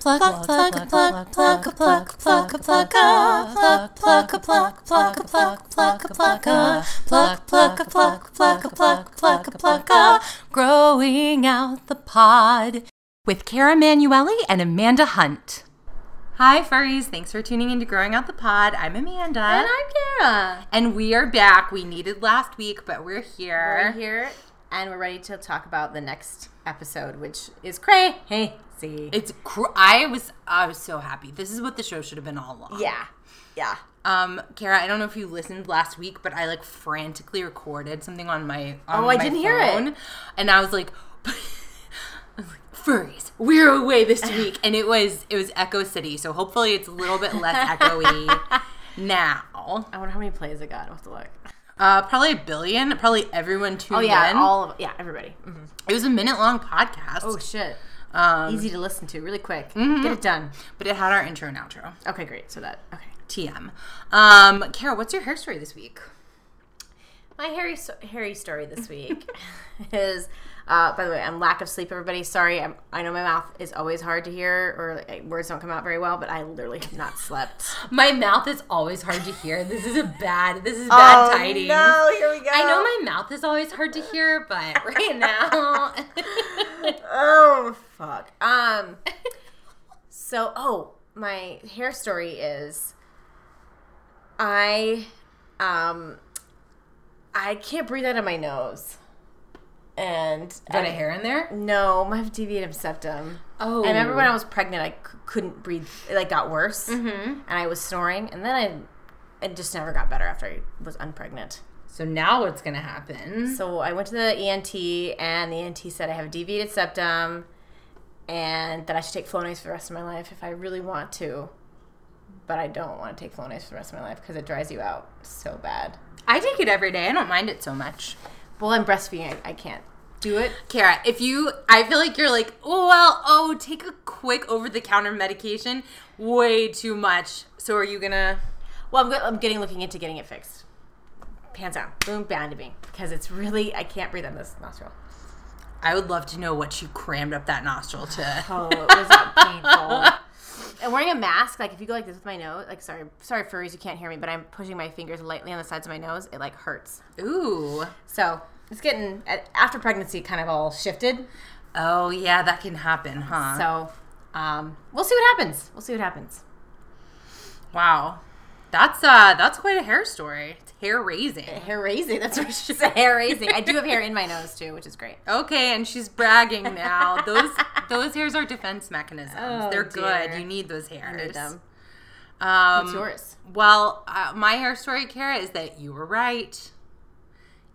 pluck pluck pluck pluck pluck pluck pluck pluck pluck pluck pluck pluck pluck pluck pluck pluck pluck pluck pluck pluck pluck pluck growing out the pod with Cara Manuelli and Amanda Hunt. Hi, furries. Thanks for tuning in to Growing Out the Pod. I'm Amanda. And I'm Cara. And we are back. We needed last week, but we're here. We're here and we're ready to talk about the next episode, which is crazy. It's cr- I was I was so happy. This is what the show should have been all along. Yeah. Yeah. Um, Kara, I don't know if you listened last week, but I like frantically recorded something on my on Oh, I my didn't hear it. phone, and I was like, I was like, furries, we're away this week, and it was it was Echo City, so hopefully it's a little bit less echoey now. I wonder how many plays it got. I'll have to look. Uh, probably a billion, probably everyone tuned Oh yeah, in. all of yeah, everybody. Mhm. it was a minute long podcast, Oh shit. um, Easy to listen to, really quick. Get it done. but it had our intro and outro. Okay, great. So that okay. TM. Um, Kara, what's your hair story this week? My hairy so- hairy story this week is, uh, by the way, I'm lack of sleep. Everybody, sorry. I'm, I know my mouth is always hard to hear, or like, words don't come out very well. But I literally have not slept. My mouth is always hard to hear. This is a bad. This is Oh, No, here we go. I know my mouth is always hard to hear, but right now. Oh fuck. Um. So oh, my hair story is, I, um, I can't breathe out of my nose, and Got a I- hair in there? No, I have deviated septum. Oh. I remember when I was pregnant, I c- couldn't breathe. It like got worse, and I was snoring, and then I, it just never got better after I was unpregnant. So now what's gonna happen? So I went to the ENT, and the ENT said I have a deviated septum, and that I should take Flonase for the rest of my life if I really want to, but I don't want to take Flonase for the rest of my life because it dries you out so bad. I take it every day. I don't mind it so much. Well, I'm breastfeeding. I, I can't do it. Kara, if you, I feel like you're like, oh well, oh, take a quick over-the-counter medication. Way too much. So are you gonna? Well, I'm, go- I'm getting looking into getting it fixed. Pants down, boom, bound to me because it's really I can't breathe in this nostril. I would love to know what she crammed up that nostril to. Oh, it was painful. And wearing a mask, like if you go like this with my nose, like sorry, sorry furries, you can't hear me, but I'm pushing my fingers lightly on the sides of my nose. It like hurts. Ooh. So it's getting a- after pregnancy, kind of all shifted. Oh yeah, that can happen, huh? So um, we'll see what happens. We'll see what happens. Wow, that's uh, that's quite a hair story. It's hair raising. Hair raising. That's what she's hair raising. I do have hair in my nose too, which is great. Okay, and she's bragging now. Those those hairs are defense mechanisms. Oh, They're dear. good. You need those hairs. I need them. Um, What's yours? Well, uh, my hair story, Kara, is that you were right.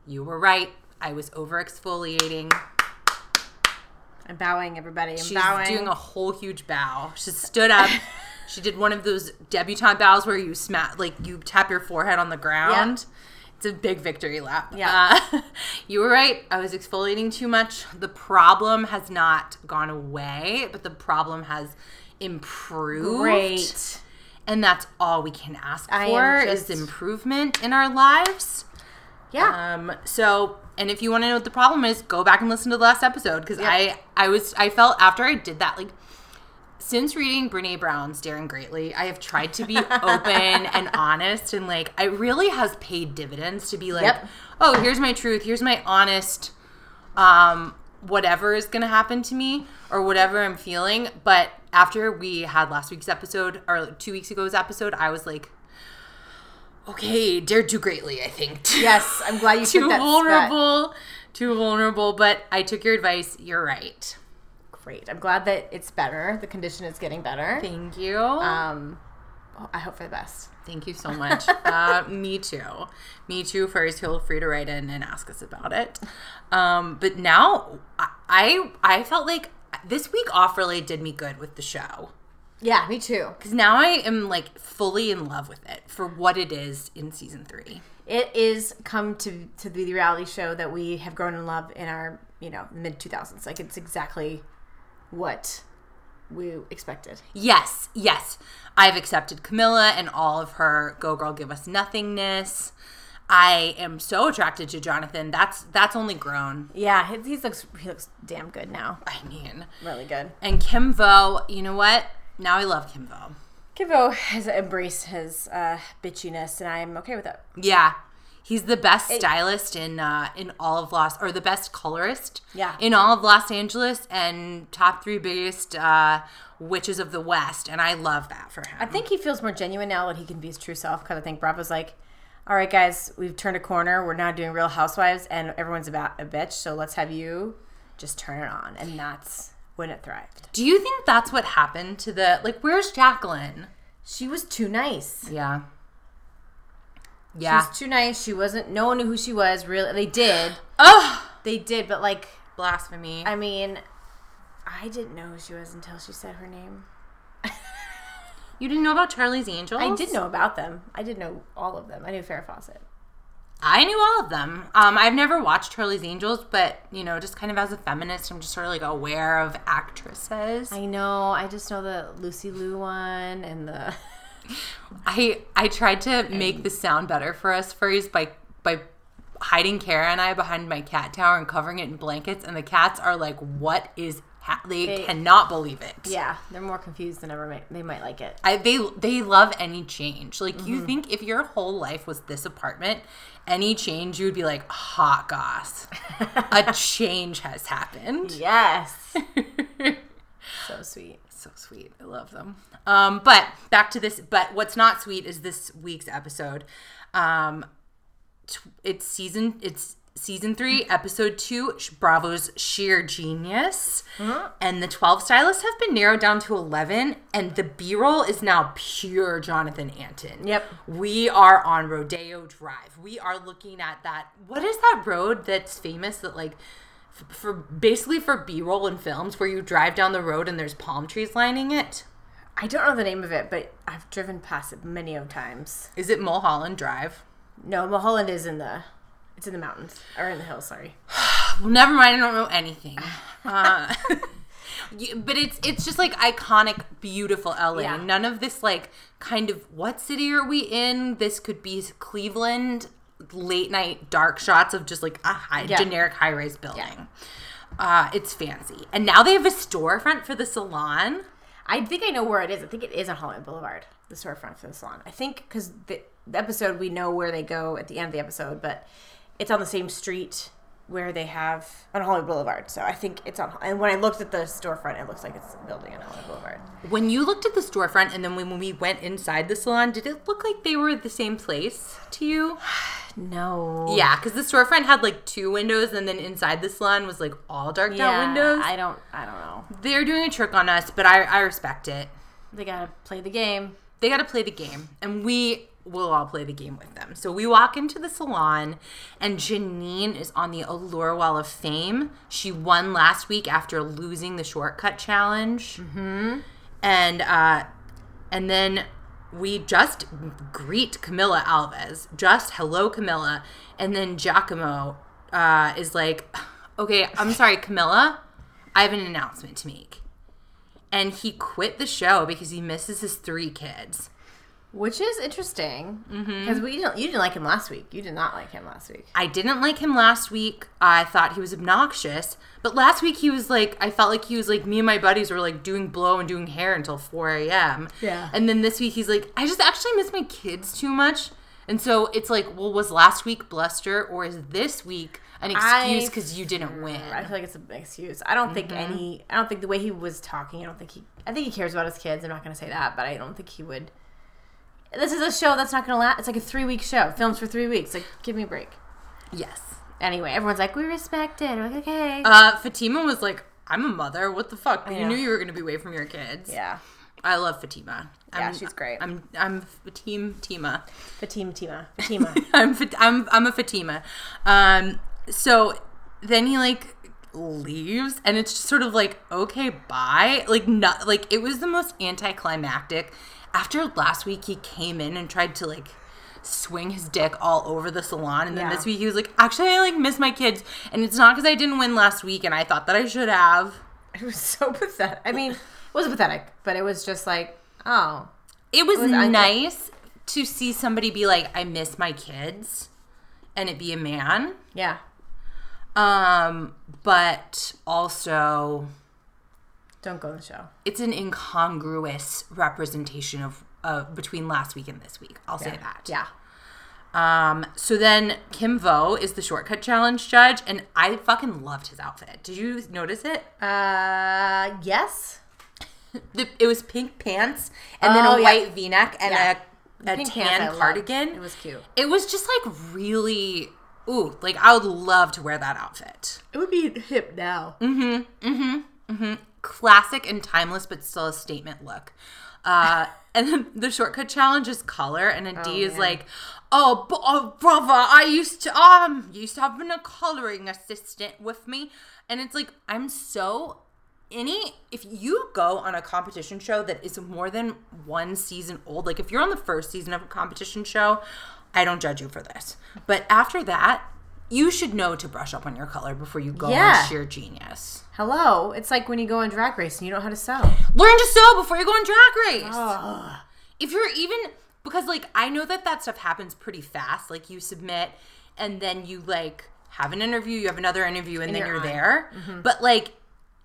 You were right. I was over exfoliating. I'm bowing, everybody. I'm She's bowing. doing a whole huge bow. She stood up. she did one of those debutante bows where you smack, like you tap your forehead on the ground. It's a big victory lap. Yeah. Uh, you were right. I was exfoliating too much. The problem has not gone away, but the problem has improved. Great. And that's all we can ask I am for just- is improvement in our lives. yeah. Um, so, and if you want to know what the problem is, go back and listen to the last episode because I, I was, I felt after I did that, like, since reading Brene Brown's Daring Greatly, I have tried to be open and honest, and like, it really has paid dividends to be like, Yep. oh, here's my truth, here's my honest, um, whatever is gonna happen to me or whatever I'm feeling. But after we had last week's episode or like, two weeks ago's episode, I was like. Okay, dare do greatly, I think. Yes, I'm glad you too took that step. vulnerable, too vulnerable. But I took your advice. You're right. Great. I'm glad that it's better. The condition is getting better. Thank you. Um, oh, I hope for the best. Uh, Thank you so much. uh, me too. Me too. First, feel free to write in and ask us about it. Um, but now, I, I I felt like this week off really did me good with the show Yeah, me too. because now I am like fully in love with it for what it is in season three. It is come to to be the reality show that we have grown in love in our you know mid 2000s. Like it's exactly what we expected. Yes, yes. I've accepted Camilla and all of her go girl give us nothingness. I am so attracted to Jonathan. That's that's only grown. Yeah, he, he looks he looks damn good now. I mean. Really good. And Kim Vo, you know what? Now I love Kimbo. Kimbo has embraced his uh, bitchiness, and I'm okay with it. Yeah. He's the best stylist in uh, in all of Los or the best colorist Yeah. in all of Los Angeles and top three biggest uh, witches of the West and I love that for him. I think he feels more genuine now that he can be his true self because I think Bravo's like, all right, guys, we've turned a corner. We're now doing Real Housewives, and everyone's about a bitch, so let's have you just turn it on. And that's when it thrived. Do you think that's what happened to the like? Where's Jacqueline? She was too nice. Yeah. She Yeah. was too nice. She wasn't, no one knew who she was, really. They did. Oh, They did, but like, blasphemy. I mean, I didn't know who she was until she said her name. you didn't know about Charlie's Angels? I did know about them. I did know all of them. I knew Farrah Fawcett. I knew all of them. Um, I've never watched Charlie's Angels, but you know, just kind of as a feminist, I'm just sort of like aware of actresses. I know. I just know the Lucy Liu one and the. I I tried to make this sound better for us first by by hiding Kara and I behind my cat tower and covering it in blankets, and the cats are like, "What is?" Ha-? They, They- cannot believe it. Yeah, they're more confused than ever. Might, they might like it. I, they they love any change. Like you think if your whole life was this apartment, any change you would be like hot goss. a change has happened. Yes. so sweet. So sweet. I love them. Um, but back to this. But what's not sweet is this week's episode. Um, t- it's season. It's season three, episode two. Sh- Bravo's sheer genius, and the twelve stylists have been narrowed down to eleven, and the B roll is now pure Jonathan Anton. Yep. We are on Rodeo Drive. We are looking at that. What is that road that's famous that like f- for basically for B-roll in films where you drive down the road and there's palm trees lining it? I don't know the name of it, but I've driven past it many of times. Is it Mulholland Drive? No, Mulholland is in the. It's in the mountains or in the hills. Sorry. Well, never mind. I don't know anything. Uh, you- but it's it's just like iconic, beautiful LA. Yeah. None of this like kind of what city are we in? This could be Cleveland. Late night dark shots of just like a high, Yeah. generic high rise building. Uh, it's fancy, and now they have a storefront for the salon. I think I know where it is. I think it is on Hollywood Boulevard, the storefront for the salon. I think because the, the episode we know where they go at the end of the episode, but it's on the same street where they have on Hollywood Boulevard. So I think it's on. And when I looked at the storefront, it looks like it's a building on Hollywood Boulevard. When you looked at the storefront, and then when we went inside the salon, did it look like they were the same place to you? No. Yeah, because the storefront had like two windows, and then inside the salon was like all darked out windows. I don't. I don't know. They're doing a trick on us, but I, I respect it. They gotta play the game. They got to play the game, and we will all play the game with them. So we walk into the salon, and Janine is on the Allure Wall of Fame. She won last week after losing the shortcut challenge, mm-hmm. and uh, and then we just greet Camilla Alves, just hello Camilla, and then Giacomo uh, is like, okay, I'm sorry, Camilla, I have an announcement to make. And he quit the show because he misses his three kids. Which is interesting because Mm-hmm. we didn't. You didn't like him last week. You did not like him last week. I didn't like him last week. I thought he was obnoxious. But last week he was like, I felt like he was like, me and my buddies were like doing blow and doing hair until 4 a.m. Yeah. And then this week he's like, I just actually miss my kids too much. And so it's like, well, was last week bluster or is this week an I- excuse because you didn't win? I feel like it's an excuse. I don't think any. I don't think the way he was talking. I don't think he. I think he cares about his kids. I'm not going to say that, but I don't think he would. This is a show that's not going to last. It's like a three week show. Films for three weeks. Like, give me a break. yes. Anyway, everyone's like, we respect it. I'm like, okay. Uh, Fatima was like, I'm a mother. What the fuck? You know. knew you were going to be away from your kids. yeah, I love Fatima. Yeah, she's great. I'm I'm f- team Tima. Fatima, Tima, Fatima. I'm Fat- I'm I'm a Fatima. Um, so then he like leaves, and it's just sort of like okay, bye. Like not like it was the most anticlimactic. After last week, he came in and tried to like swing his dick all over the salon and then Yeah. this week he was like actually i like miss my kids and it's not because i didn't win last week and i thought that i should have it was so pathetic. I mean, it wasn't pathetic, but it was just like, oh, it was, I- nice to see somebody be like i miss my kids and it be a man yeah. um but also Don't go on the show. it's an incongruous representation of uh, between last week and this week. I'll say that. Yeah. Um. So then Kim Vo is the shortcut challenge judge, and I fucking loved his outfit. Did you notice it? Uh, yes. The, it was pink pants and then Oh, a yeah. white V-neck and Yeah. a, a Pink tan pants I loved. cardigan. It was cute. It was just like really ooh, like I would love to wear that outfit. It would be hip now. Classic and timeless, but still a statement look. Uh, and then the shortcut challenge is color, and a D is man. like, oh, b- oh, brother, I used to um used to having a coloring assistant with me, and it's like I'm so any if you go on a competition show that is more than one season old like if you're on the first season of a competition show i don't judge you for this but after that you should know to brush up on your color before you go Yeah. on sheer genius Hello. It's like when you go on drag race and you don't know how to sew. learn to sew before you go on drag race if you're even because like i know that that stuff happens pretty fast like you submit and then you like have an interview you have another interview and, then you're you're, on. Mm-hmm. there but like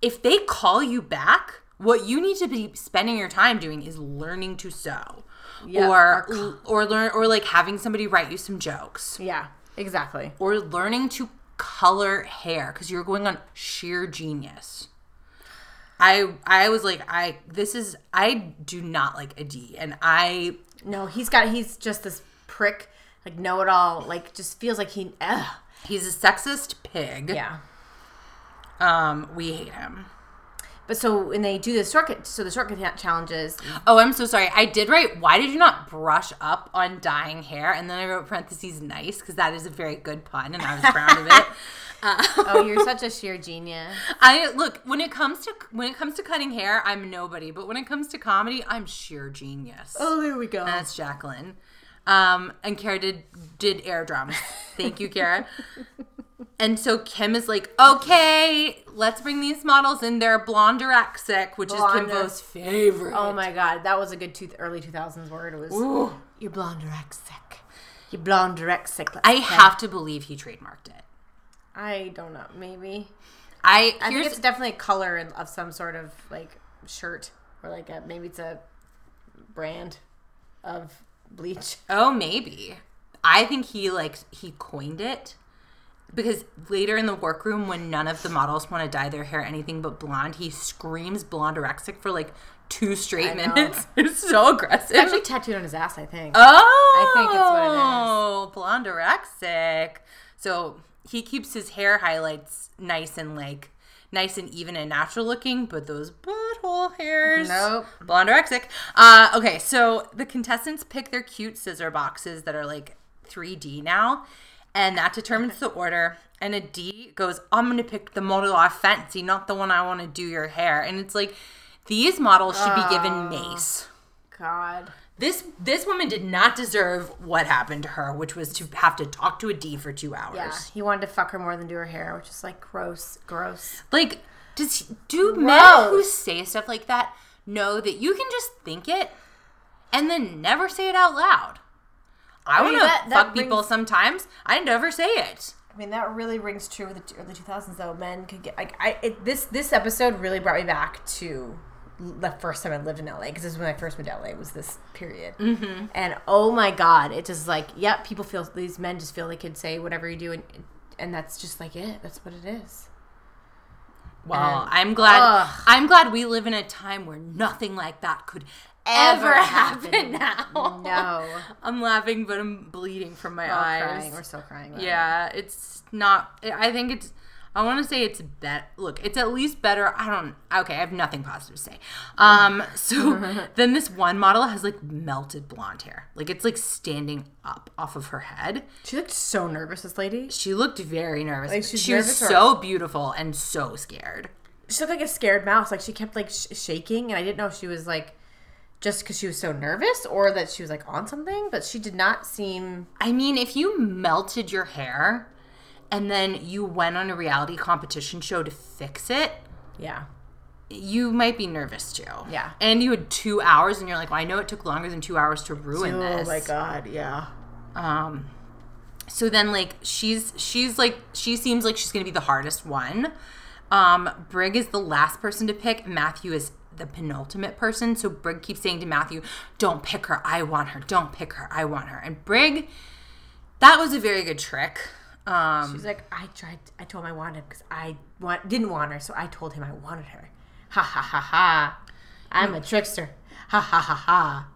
if they call you back what you need to be spending your time doing is learning to sew Yeah, or or learn or like having somebody write you some jokes Yeah. Exactly. or learning to color hair because you're going on sheer genius. I I was like I this is I do not like a D and I No, he's got. He's just this prick, like know-it-all. Like just feels like he. Ugh. he's a sexist pig. Yeah. Um, we hate him. But so when they do the shortcut, so the shortcut ha- challenges. Oh, I'm so sorry. I did write. Why did you not brush up on dyeing hair? And then I wrote parentheses nice because that is a very good pun, and I was proud of it. Oh, you're such a sheer genius. I look when it comes to when it comes to cutting hair, I'm nobody. But when it comes to comedy, I'm sheer genius. Oh, there we go. That's Jacqueline. Um, and Kara did did air drums. Thank you, Kara. and so Kim is like, okay, let's bring these models in. They're blonderexic, which Blonder. is Kimbo's favorite. oh my god, that was a good two, early 2000s word. It was Ooh. you're blonderexic. You're blonderexic. I have to believe he trademarked it. I don't know. Maybe. I, I think here's it's definitely a color in- of some sort of like shirt or like a maybe it's a brand of bleach. oh maybe. I think he like he coined it because later in the workroom when none of the models want to dye their hair anything but blonde, he screams blonderexic for like two straight know. minutes. It's so aggressive. Actually, tattooed on his ass, I think. Oh, think it's what it is. Blonde anorexic. So he keeps his hair highlights nice and like nice and even and natural looking, but those butthole hairs. Nope. Blonde anorexic. Uh, okay, so the contestants pick their cute scissor boxes that are like 3D now, and that determines the order. And a D goes, I'm gonna pick the model I fancy, not the one I want to do your hair. And it's like these models should be Ah. given mace God. this this woman did not deserve what happened to her, which was to have to talk to a D for two hours. Yeah, he wanted to fuck her more than do her hair, which is like gross, gross. Like, does he- do men who say stuff like that know that you can just think it and then never say it out loud? I, mean, want to that- fuck that people brings- sometimes. I never say it. I mean, that really rings true with the early 2000s, though. Men could get like I it, this this episode really brought me back to the first time I lived in LA because this is when I first moved to LA was this period. Mm-hmm. And oh my god, it just like yep, people feel these men just feel they can say whatever you do, and and that's just like it. That's what it is. Well, I'm glad. ugh. I'm glad we live in a time where nothing like that could ever, Ever happen. happen. now. No, I'm laughing, but I'm bleeding from my we're eyes. crying. We're still crying. about it. Yeah, it's not. I think it's. I want to say it's bet. Look, it's at least better. I don't. Okay, I have nothing positive to say. Um. So then this one model has like melted blonde hair. Like it's like standing up off of her head. she looked so nervous. This lady, She looked very nervous. Like, she's she was nervous or- so beautiful and so scared. she looked like a scared mouse. Like she kept like sh- shaking, and I didn't know if she was like just because she was so nervous or that she was like on something. But she did not seem. I mean, if you melted your hair and then you went on a reality competition show to fix it, Yeah, you might be nervous too. Yeah. And you had two hours and you're like, well, I know it took longer than two hours to ruin this. Oh god, yeah. Um so then like she's she's like she seems like she's gonna be the hardest one. Um, Brig is the last person to pick. Matthew is the penultimate person. So Brig keeps saying to Matthew, Don't pick her. I want her. Don't pick her. I want her. And Brig, that was a very good trick. Um, She's like, I tried. I told him I wanted him because I want didn't want her, so I told him I wanted her. Ha ha ha ha! I'm a trickster. Ha ha ha ha!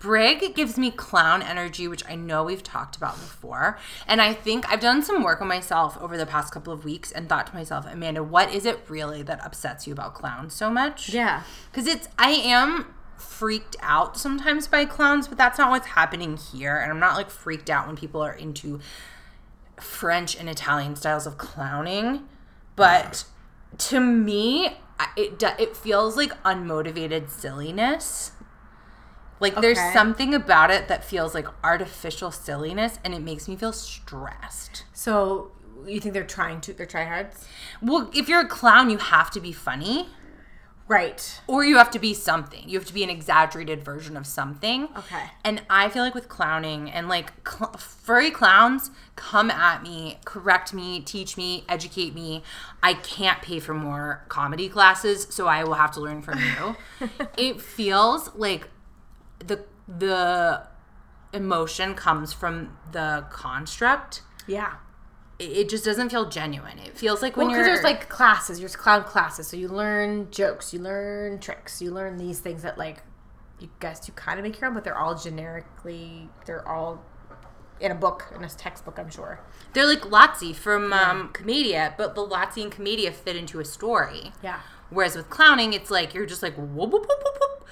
Brig gives me clown energy, which I know we've talked about before. And I think I've done some work on myself over the past couple of weeks and thought to myself, Amanda, what is it really that upsets you about clowns so much? Yeah. Because it's, I am freaked out sometimes by clowns, but that's not what's happening here. And I'm not like freaked out when people are into French and Italian styles of clowning. But to me, I- it, do- it feels like unmotivated silliness. Like Okay. there's something about it that feels like artificial silliness and it makes me feel stressed. So you think they're trying to? They're tryhards, Well, if you're a clown, you have to be funny. right? or you have to be something. You have to be an exaggerated version of something. Okay. And I feel like with clowning and like cl- furry clowns come at me, correct me, teach me, educate me. I can't pay for more comedy classes, so I will have to learn from you. it feels like the the emotion comes from the construct. Yeah. It, it just doesn't feel genuine. It feels like when Well, because you're there's like classes. There's clown classes, so you learn jokes, you learn tricks, you learn these things that like you guess you kind of make your own, but they're all generically they're all in a book in a textbook, I'm sure. They're like Lotzi from um, Commedia, but the Lotzi and Commedia fit into a story. Yeah. Whereas with clowning, it's like you're just like whoop whoop whoop whoop,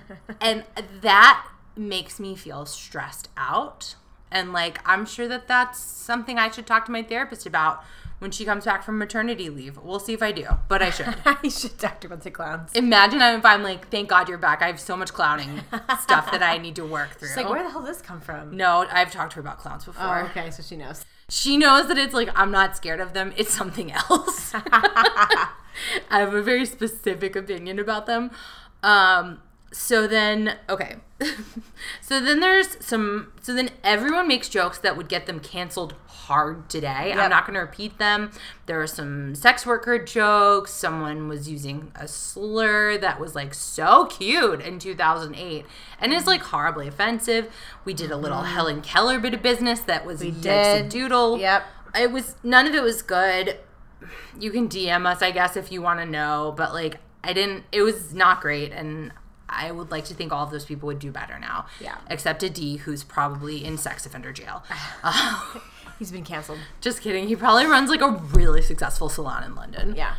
whoop. and that makes me feel stressed out. And like I'm sure that that's something I should talk to my therapist about when she comes back from maternity leave. We'll see if I do, but I should. I should talk about the clowns. Imagine if I'm like, thank God you're back. I have so much clowning stuff that I need to work through. It's like, where the hell did this come from? no, I've talked to her about clowns before. Oh, okay, so she knows. she knows that it's like I'm not scared of them. It's something else. I have a very specific opinion about them. Um, so then, okay. so then there's some. So then everyone makes jokes that would get them canceled hard today. I'm not going to repeat them. There are some sex worker jokes. Someone was using a slur that was like so cute in 2008 and it's like horribly offensive. We did a little Helen Keller bit of business that was we did. doodle. Yep. It was none of it was good. You can DM us, I guess, if you want to know. But like, I didn't. It was not great, and I would like to think all of those people would do better now. Yeah. Except a D, who's probably in sex offender jail. He's been canceled. Just kidding. He probably runs like a really successful salon in London. Yeah.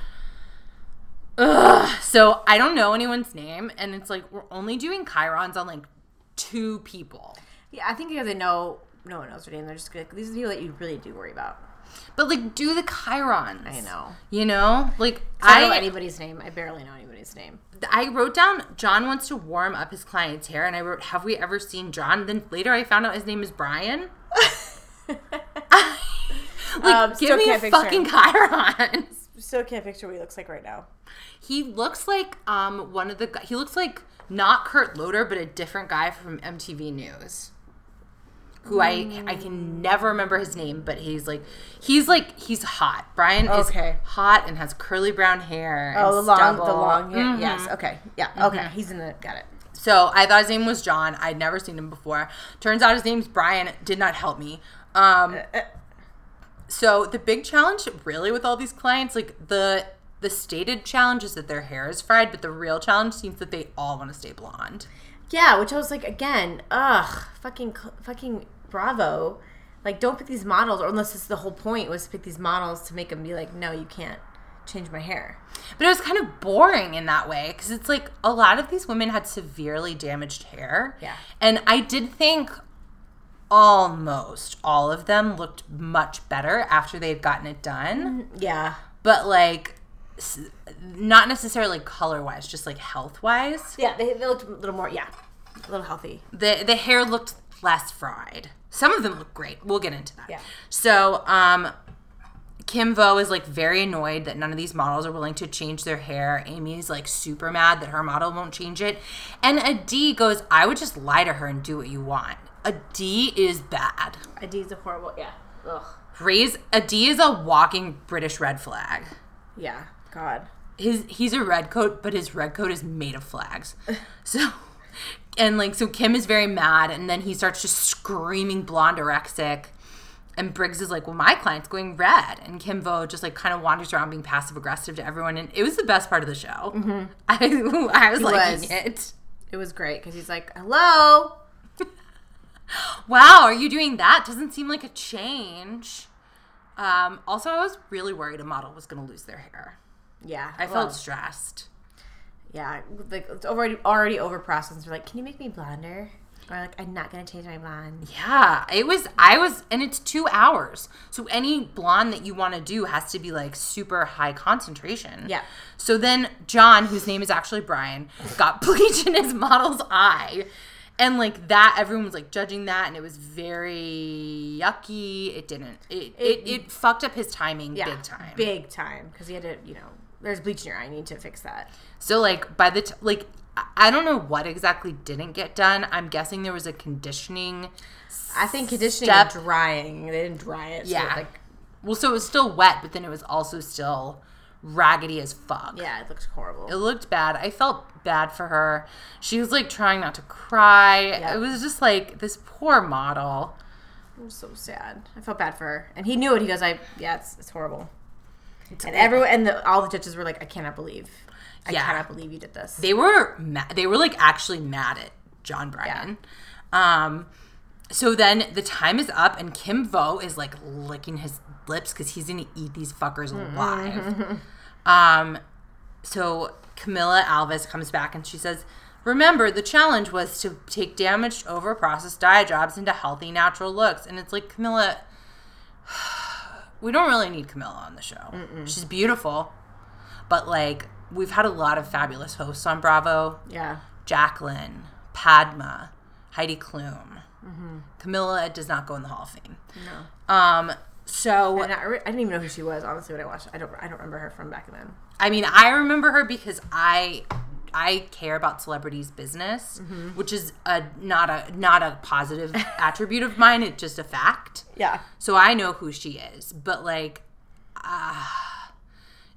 So I don't know anyone's name, and it's like we're only doing chirons on like two people. Yeah, I think because they know no one knows their name, they're just good. These are the people that you really do worry about. But like, do the chirons. I know. You know, like I don't know anybody's name. I barely know anybody's name. I wrote down John wants to warm up his client's hair, and I wrote, "Have we ever seen John?" Then later, I found out his name is Brian. like, Um, give still me a can't picture fucking chirons. Still can't picture what he looks like right now. He looks like um one of the gu- he looks like not Kurt Loder, but a different guy from MTV News. Who I I Hmm. can never remember his name, but he's like he's like he's hot. Brian Okay. is hot and has curly brown hair. Oh, and the long, the stubble. long hair. Yes. Okay. Yeah. Okay. He's in the. Got it. So I thought his name was John. I'd never seen him before. Turns out his name's Brian. Did not help me. Um, so the big challenge, really, with all these clients, like the the stated challenge is that their hair is fried, but the real challenge seems that they all want to stay blonde. Yeah, which I was like, again, ugh, fucking, cl- fucking, bravo. Like, don't pick these models, or unless it's the whole point was to pick these models to make them be like, no, you can't change my hair. But it was kind of boring in that way because it's like a lot of these women had severely damaged hair. Yeah. And I did think almost all of them looked much better after they had gotten it done. Yeah. but like s- not necessarily color wise, just like health wise. Yeah, they, they looked a little more, yeah, a little healthy. The the hair looked less fried. Some of them look great. We'll get into that. Yeah. So, um Kim Vo is like very annoyed that none of these models are willing to change their hair. Amy is like super mad that her model won't change it. And a D goes, I would just lie to her and do what you want. A D is bad. ID's a horrible, yeah. Ugh. Raise a D is a walking British red flag. Yeah. God. his he's a red coat, but his red coat is made of flags. So and like so Kim is very mad and then he starts just screaming blonde orexic. And Briggs is like, Well, my client's going red and Kimbo just like kind of wanders around being passive aggressive to everyone and it was the best part of the show. I, I was liking Mm-hmm. was. it. It was great because he's like, "Hello." Wow, are you doing that? Doesn't seem like a change. Um, also, I was really worried a model was going to lose their hair. Yeah. I well, felt stressed. Yeah. Like it's already already over processed. We're like, "Can you make me blonder?" Or like, "I'm not gonna change my blonde." Yeah, it was. I was, and it's two hours. So any blonde that you want to do has to be like super high concentration. Yeah. So then John, whose name is actually Brian, got bleach in his model's eye. And like that, everyone was like judging that, and it was very yucky. It didn't. It it, it, fucked up his timing Yeah. big time. Big time because he had to, you know, there's bleach in your eye. You need to fix that. So like by the t- like I- I don't know what exactly didn't get done. I'm guessing there was a conditioning. I think conditioning Step- and drying. They didn't dry it. so Yeah. it, like, Well, so it was still wet, but then it was also still raggedy as fuck. yeah, it looks horrible. It looked bad. I felt bad for her. She was like trying not to cry. Yeah. It was just like this poor model. I'm so sad. I felt bad for her, and he knew it. He goes, "I yeah, it's, it's horrible." and everyone and the, all the judges were like, "I cannot believe, I Yeah. cannot believe you did this." They were mad. They were like actually mad at John Bryan. Um, so then the time is up, and Kim Vo is like licking his lips because he's gonna eat these fuckers alive. Um, so Camilla Alves comes back and she says, Remember, the challenge was to take damaged, over processed dye jobs into healthy, natural looks. And it's like, Camilla, we don't really need Camilla on the show. She's beautiful, but like, we've had a lot of fabulous hosts on Bravo yeah, Jacqueline, Padma, Heidi Klum. Camilla does not go in the Hall of Fame. No. Um, so and I, re- I didn't even know who she was honestly when I watched. it. I don't, I don't remember her from back then. I mean, I remember her because I I care about celebrities' business, which is a not a not a positive attribute of mine. It's just a fact. Yeah, So I know who she is, but like, ah,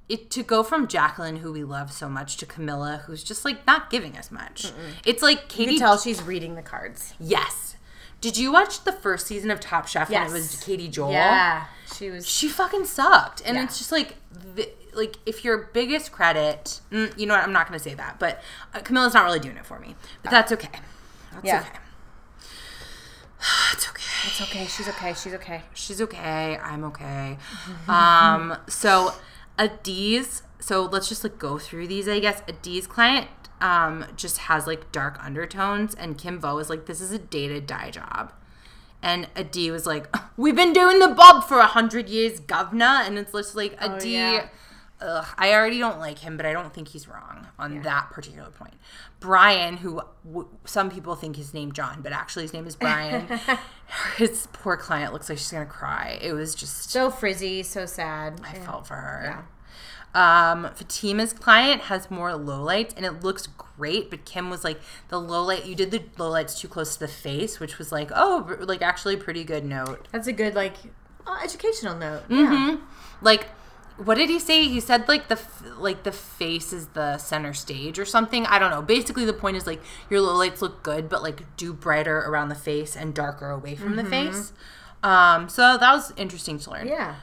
it to go from Jacqueline, who we love so much, to Camilla, who's just like not giving us much. It's like you Katie. can tell she's reading the cards. yes. Did you watch the first season of Top Chef when Yes. it was Katie Joel? Yeah, she was. she fucking sucked and Yeah. it's just like the, like if your biggest credit mm, you know what i'm not gonna say that but uh, camilla's not really doing it for me but that's okay that's Yeah. okay it's okay It's okay. She's okay. She's okay. she's okay i'm okay um so adiz so let's just like go through these i guess adiz client um just has like dark undertones and kim vo is like this is a dated dye job and Adi was like, "We've been doing the bob for a hundred years, govna," and it's just like Adi. yeah. Ugh, I already don't like him, but I don't think he's wrong on that particular point. Brian, who w- some people think his name John, but actually his name is Brian. his poor client looks like she's gonna cry. It was just So frizzy, so sad. I felt for her. Um, Fatima's client has more lowlights and it looks great, but Kim was like, the lowlight, you did the lowlights too close to the face, which was like, oh, r- like actually pretty good note. That's a good like uh, educational note. Yeah. Like, what did he say? He said like the f- like the face is the center stage or something. I don't know. Basically, the point is like your lowlights look good, but like do brighter around the face and darker away from the face. Um, so that was interesting to learn. Yeah.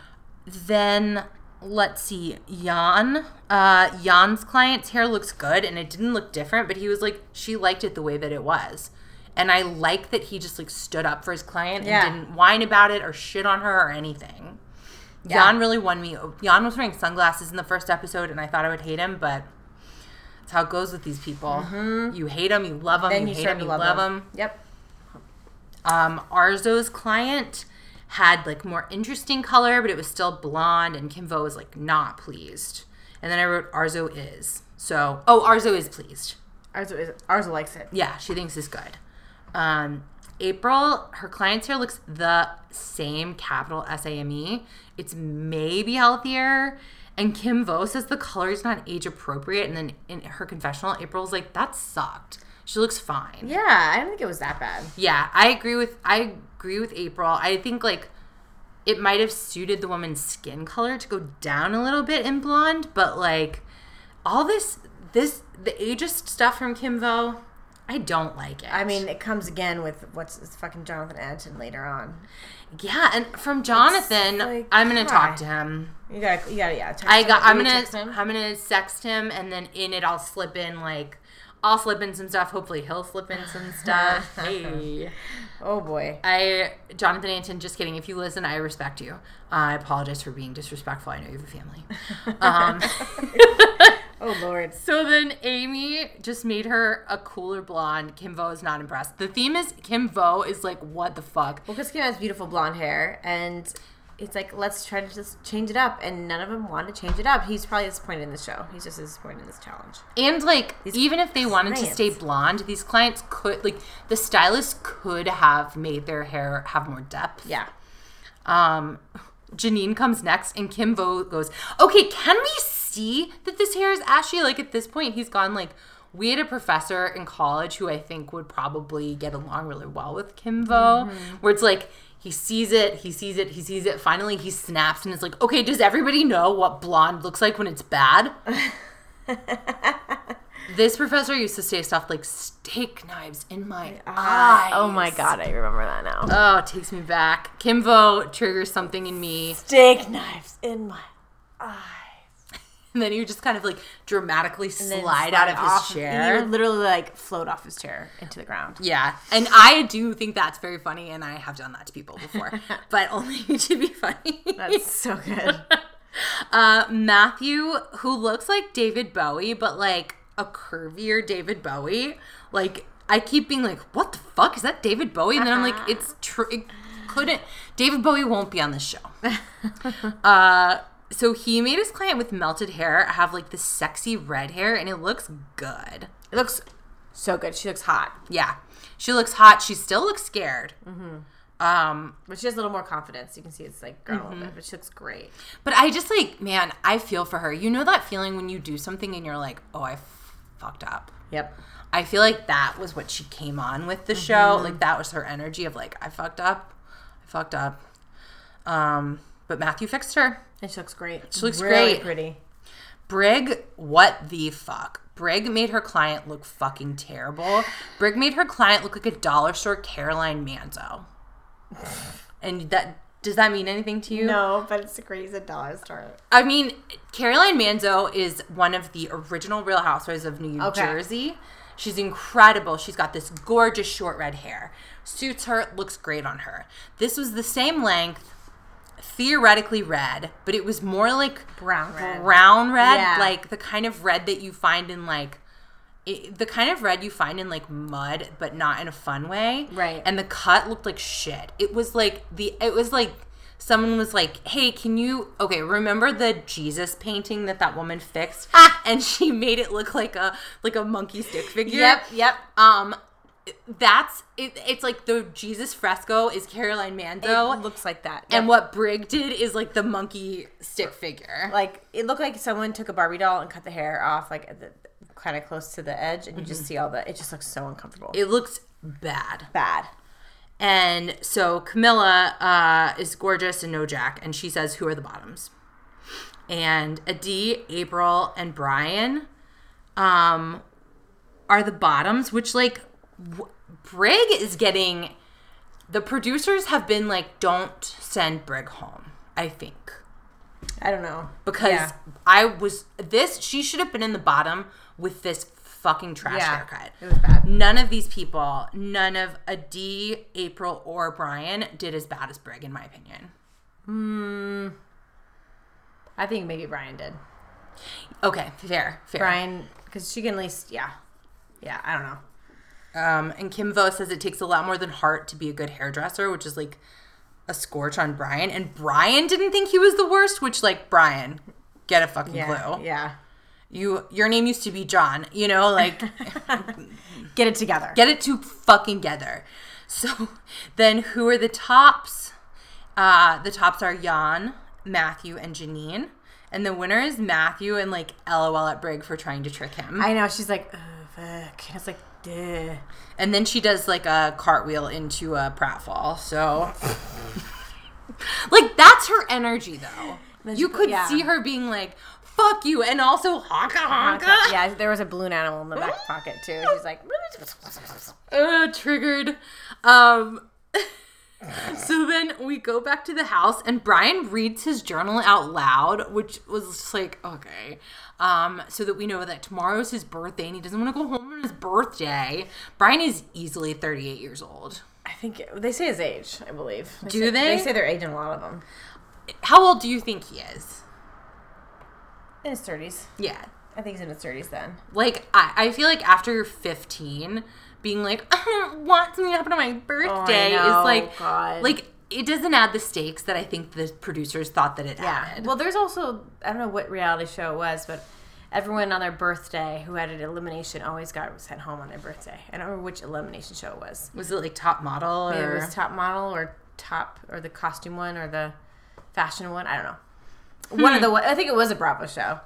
Then let's see, Jan. Uh, Jan's client's hair looks good, and it didn't look different, but he was like, she liked it the way that it was. And I like that he just like stood up for his client Yeah. and didn't whine about it or shit on her or anything. Jan really won me. o- Jan was wearing sunglasses in the first episode, and I thought I would hate him, but that's how it goes with these people. You hate them, you love them, Mm-hmm. Then you, hate them, Oh, you start you to love, love, them. them. Yep. Um, Arzo's client had like more interesting color, but it was still blonde, and Kimvo was like not pleased. And then I wrote Arzo is. So oh, Arzo is pleased. Ours is ours likes it. Yeah, she thinks it's good. Um, April, her client's hair looks the same, capital S A M E. It's maybe healthier. And Kim Vo says the color is not age appropriate. And then in her confessional, April's like, that sucked. She looks fine. Yeah, I don't think it was that bad. Yeah, I agree with I agree with April. I think like it might have suited the woman's skin color to go down a little bit in blonde, but like all this this the ageist stuff from Kimbo, I don't like it. I mean, it comes again with what's it's fucking Jonathan Anton later on. yeah, and from Jonathan, like, I'm gonna God. talk to him. You gotta, you gotta, yeah. text I him. got. You I'm text gonna. him. I'm gonna sext him, and then in it, I'll slip in like, I'll slip in some stuff. Hopefully, he'll slip in some stuff. hey, Oh boy. I Jonathan Anton. Just kidding. If you listen, I respect you. Uh, I apologize for being disrespectful. I know you have a family. Um, Oh lord. so then Amy just made her a cooler blonde. Kimbo is not impressed. The theme is Kimbo is like, what the fuck? Well, because Kim has beautiful blonde hair, and it's like let's try to just change it up, and none of them want to change it up. He's probably disappointed in the show. He's just disappointed in this challenge. And like, even if they wanted to clients. stay blonde, these clients could like the stylist could have made their hair have more depth. Yeah. Um, Janine comes next, and Kimbo goes, "Okay, can we see that this hair is ashy?" Like at this point, he's gone. Like we had a professor in college who I think would probably get along really well with Kimbo, where it's like. He sees it, he sees it, he sees it. Finally, he snaps and is like, okay, does everybody know what blonde looks like when it's bad? this professor used to say stuff like steak knives in my eye. Oh my god, I remember that now. Oh, it takes me back. Kimbo triggers something in me. Steak knives in my. And then you just kind of like dramatically slide, then out of off. his chair. You literally like float off his chair into the ground. yeah. And I do think that's very funny. And I have done that to people before, but only to be funny. That's so good. Uh, Matthew, who looks like David Bowie, but like a curvier David Bowie. Like, I keep being like, what the fuck? Is that David Bowie? And then I'm Uh-huh. like, it's true. It couldn't. David Bowie won't be on this show. Uh, so he made his client with melted hair have like this sexy red hair, and it looks good. it looks so good. She looks hot, Yeah, she looks hot. She still looks scared. Mm-hmm. Um, but she has a little more confidence. You can see it's like grown a little bit, but she looks great. but I just like, man, I feel for her. You know that feeling when you do something and you're like, oh, I f- fucked up. Yep. I feel like that was what she came on with the show. Like that was her energy of like, I fucked up, I fucked up. Um, but Matthew fixed her. And she looks great. She looks great. pretty. Brig, what the fuck? Brig made her client look fucking terrible. Brig made her client look like a dollar store Caroline Manzo. and that does that mean anything to you? No, but it's great. It's a dollar store. I mean, Caroline Manzo is one of the original Real Housewives of New Okay. Jersey. She's incredible. She's got this gorgeous short red hair. Suits her, looks great on her. This was the same length, theoretically red, but it was more like Brown red. brown red, Yeah. like the kind of red that you find in like it, the kind of red you find in like mud, but not in a fun way. Right. And the cut looked like shit. It was like the it was like someone was like, "Hey, can you okay? Remember the Jesus painting that that woman fixed, Ah. and she made it look like a like a monkey stick figure." Yep, yep. Um. That's it, it's like the Jesus fresco is Caroline Mando, it looks like that. and what Brig did is like the monkey stick figure. like it looked like someone took a Barbie doll and cut the hair off, like at the, kind of close to the edge, and you just see all the. It just looks so uncomfortable. it looks bad. bad. And so Camilla uh, is gorgeous and no Jack, and she says, "Who are the bottoms?" And Adi, April, and Brian um, are the bottoms, which like w- Brig is getting. The producers have been like, "Don't send Brig home." I think I don't know because Yeah. I was this. She should have been in the bottom with this fucking trash Yeah, haircut. it was bad. None of these people, none of a D, April, or Brian, did as bad as Brig, in my opinion. I think maybe Brian did. Okay, fair, fair. Brian, because she can at least, yeah, yeah. I don't know. Um, and Kim Vo says it takes a lot more than heart to be a good hairdresser, which is like a scorch on Brian. And Brian didn't think he was the worst, which like Brian, get a fucking Yeah, clue. yeah. You your name used to be John, you know, like Get it together. get it to fucking together. So then who are the tops? Uh, the tops are Jan, Matthew, and Janine. And the winner is Matthew and like LOL at Brig for trying to trick him. I know. She's like, oh, fuck. And it's like, Oh duh. and then she does like a cartwheel into a pratfall. So Like that's her energy though. Then You she- could yeah. see her being like, "Fuck you," and also honka honka. Yeah, there was a balloon animal in the Oh. back pocket too. She's like, uh, triggered. Um, Uh-huh. so then we go back to the house, and Brian reads his journal out loud, which was just like, okay. Um, so that we know that tomorrow's his birthday, and he doesn't want to go home on his birthday. Brian is easily 38 years old. I think they say his age. I believe. Do say- they? They say their age in a lot of them. How old do you think he is? In his thirties. Yeah. I think he's in his thirties then. Like, I, I feel like after you're 15, being like, I don't want something to happen on my birthday Oh, know, is like, God. like, it doesn't add the stakes that I think the producers thought that it added. Well, there's also I don't know what reality show it was, but everyone on their birthday who had an elimination always got sent home on their birthday. I don't remember which elimination show it was. Was it like top model Maybe or it was top model or top or the costume one or the fashion one. I don't know. One of the I think it was a Bravo show.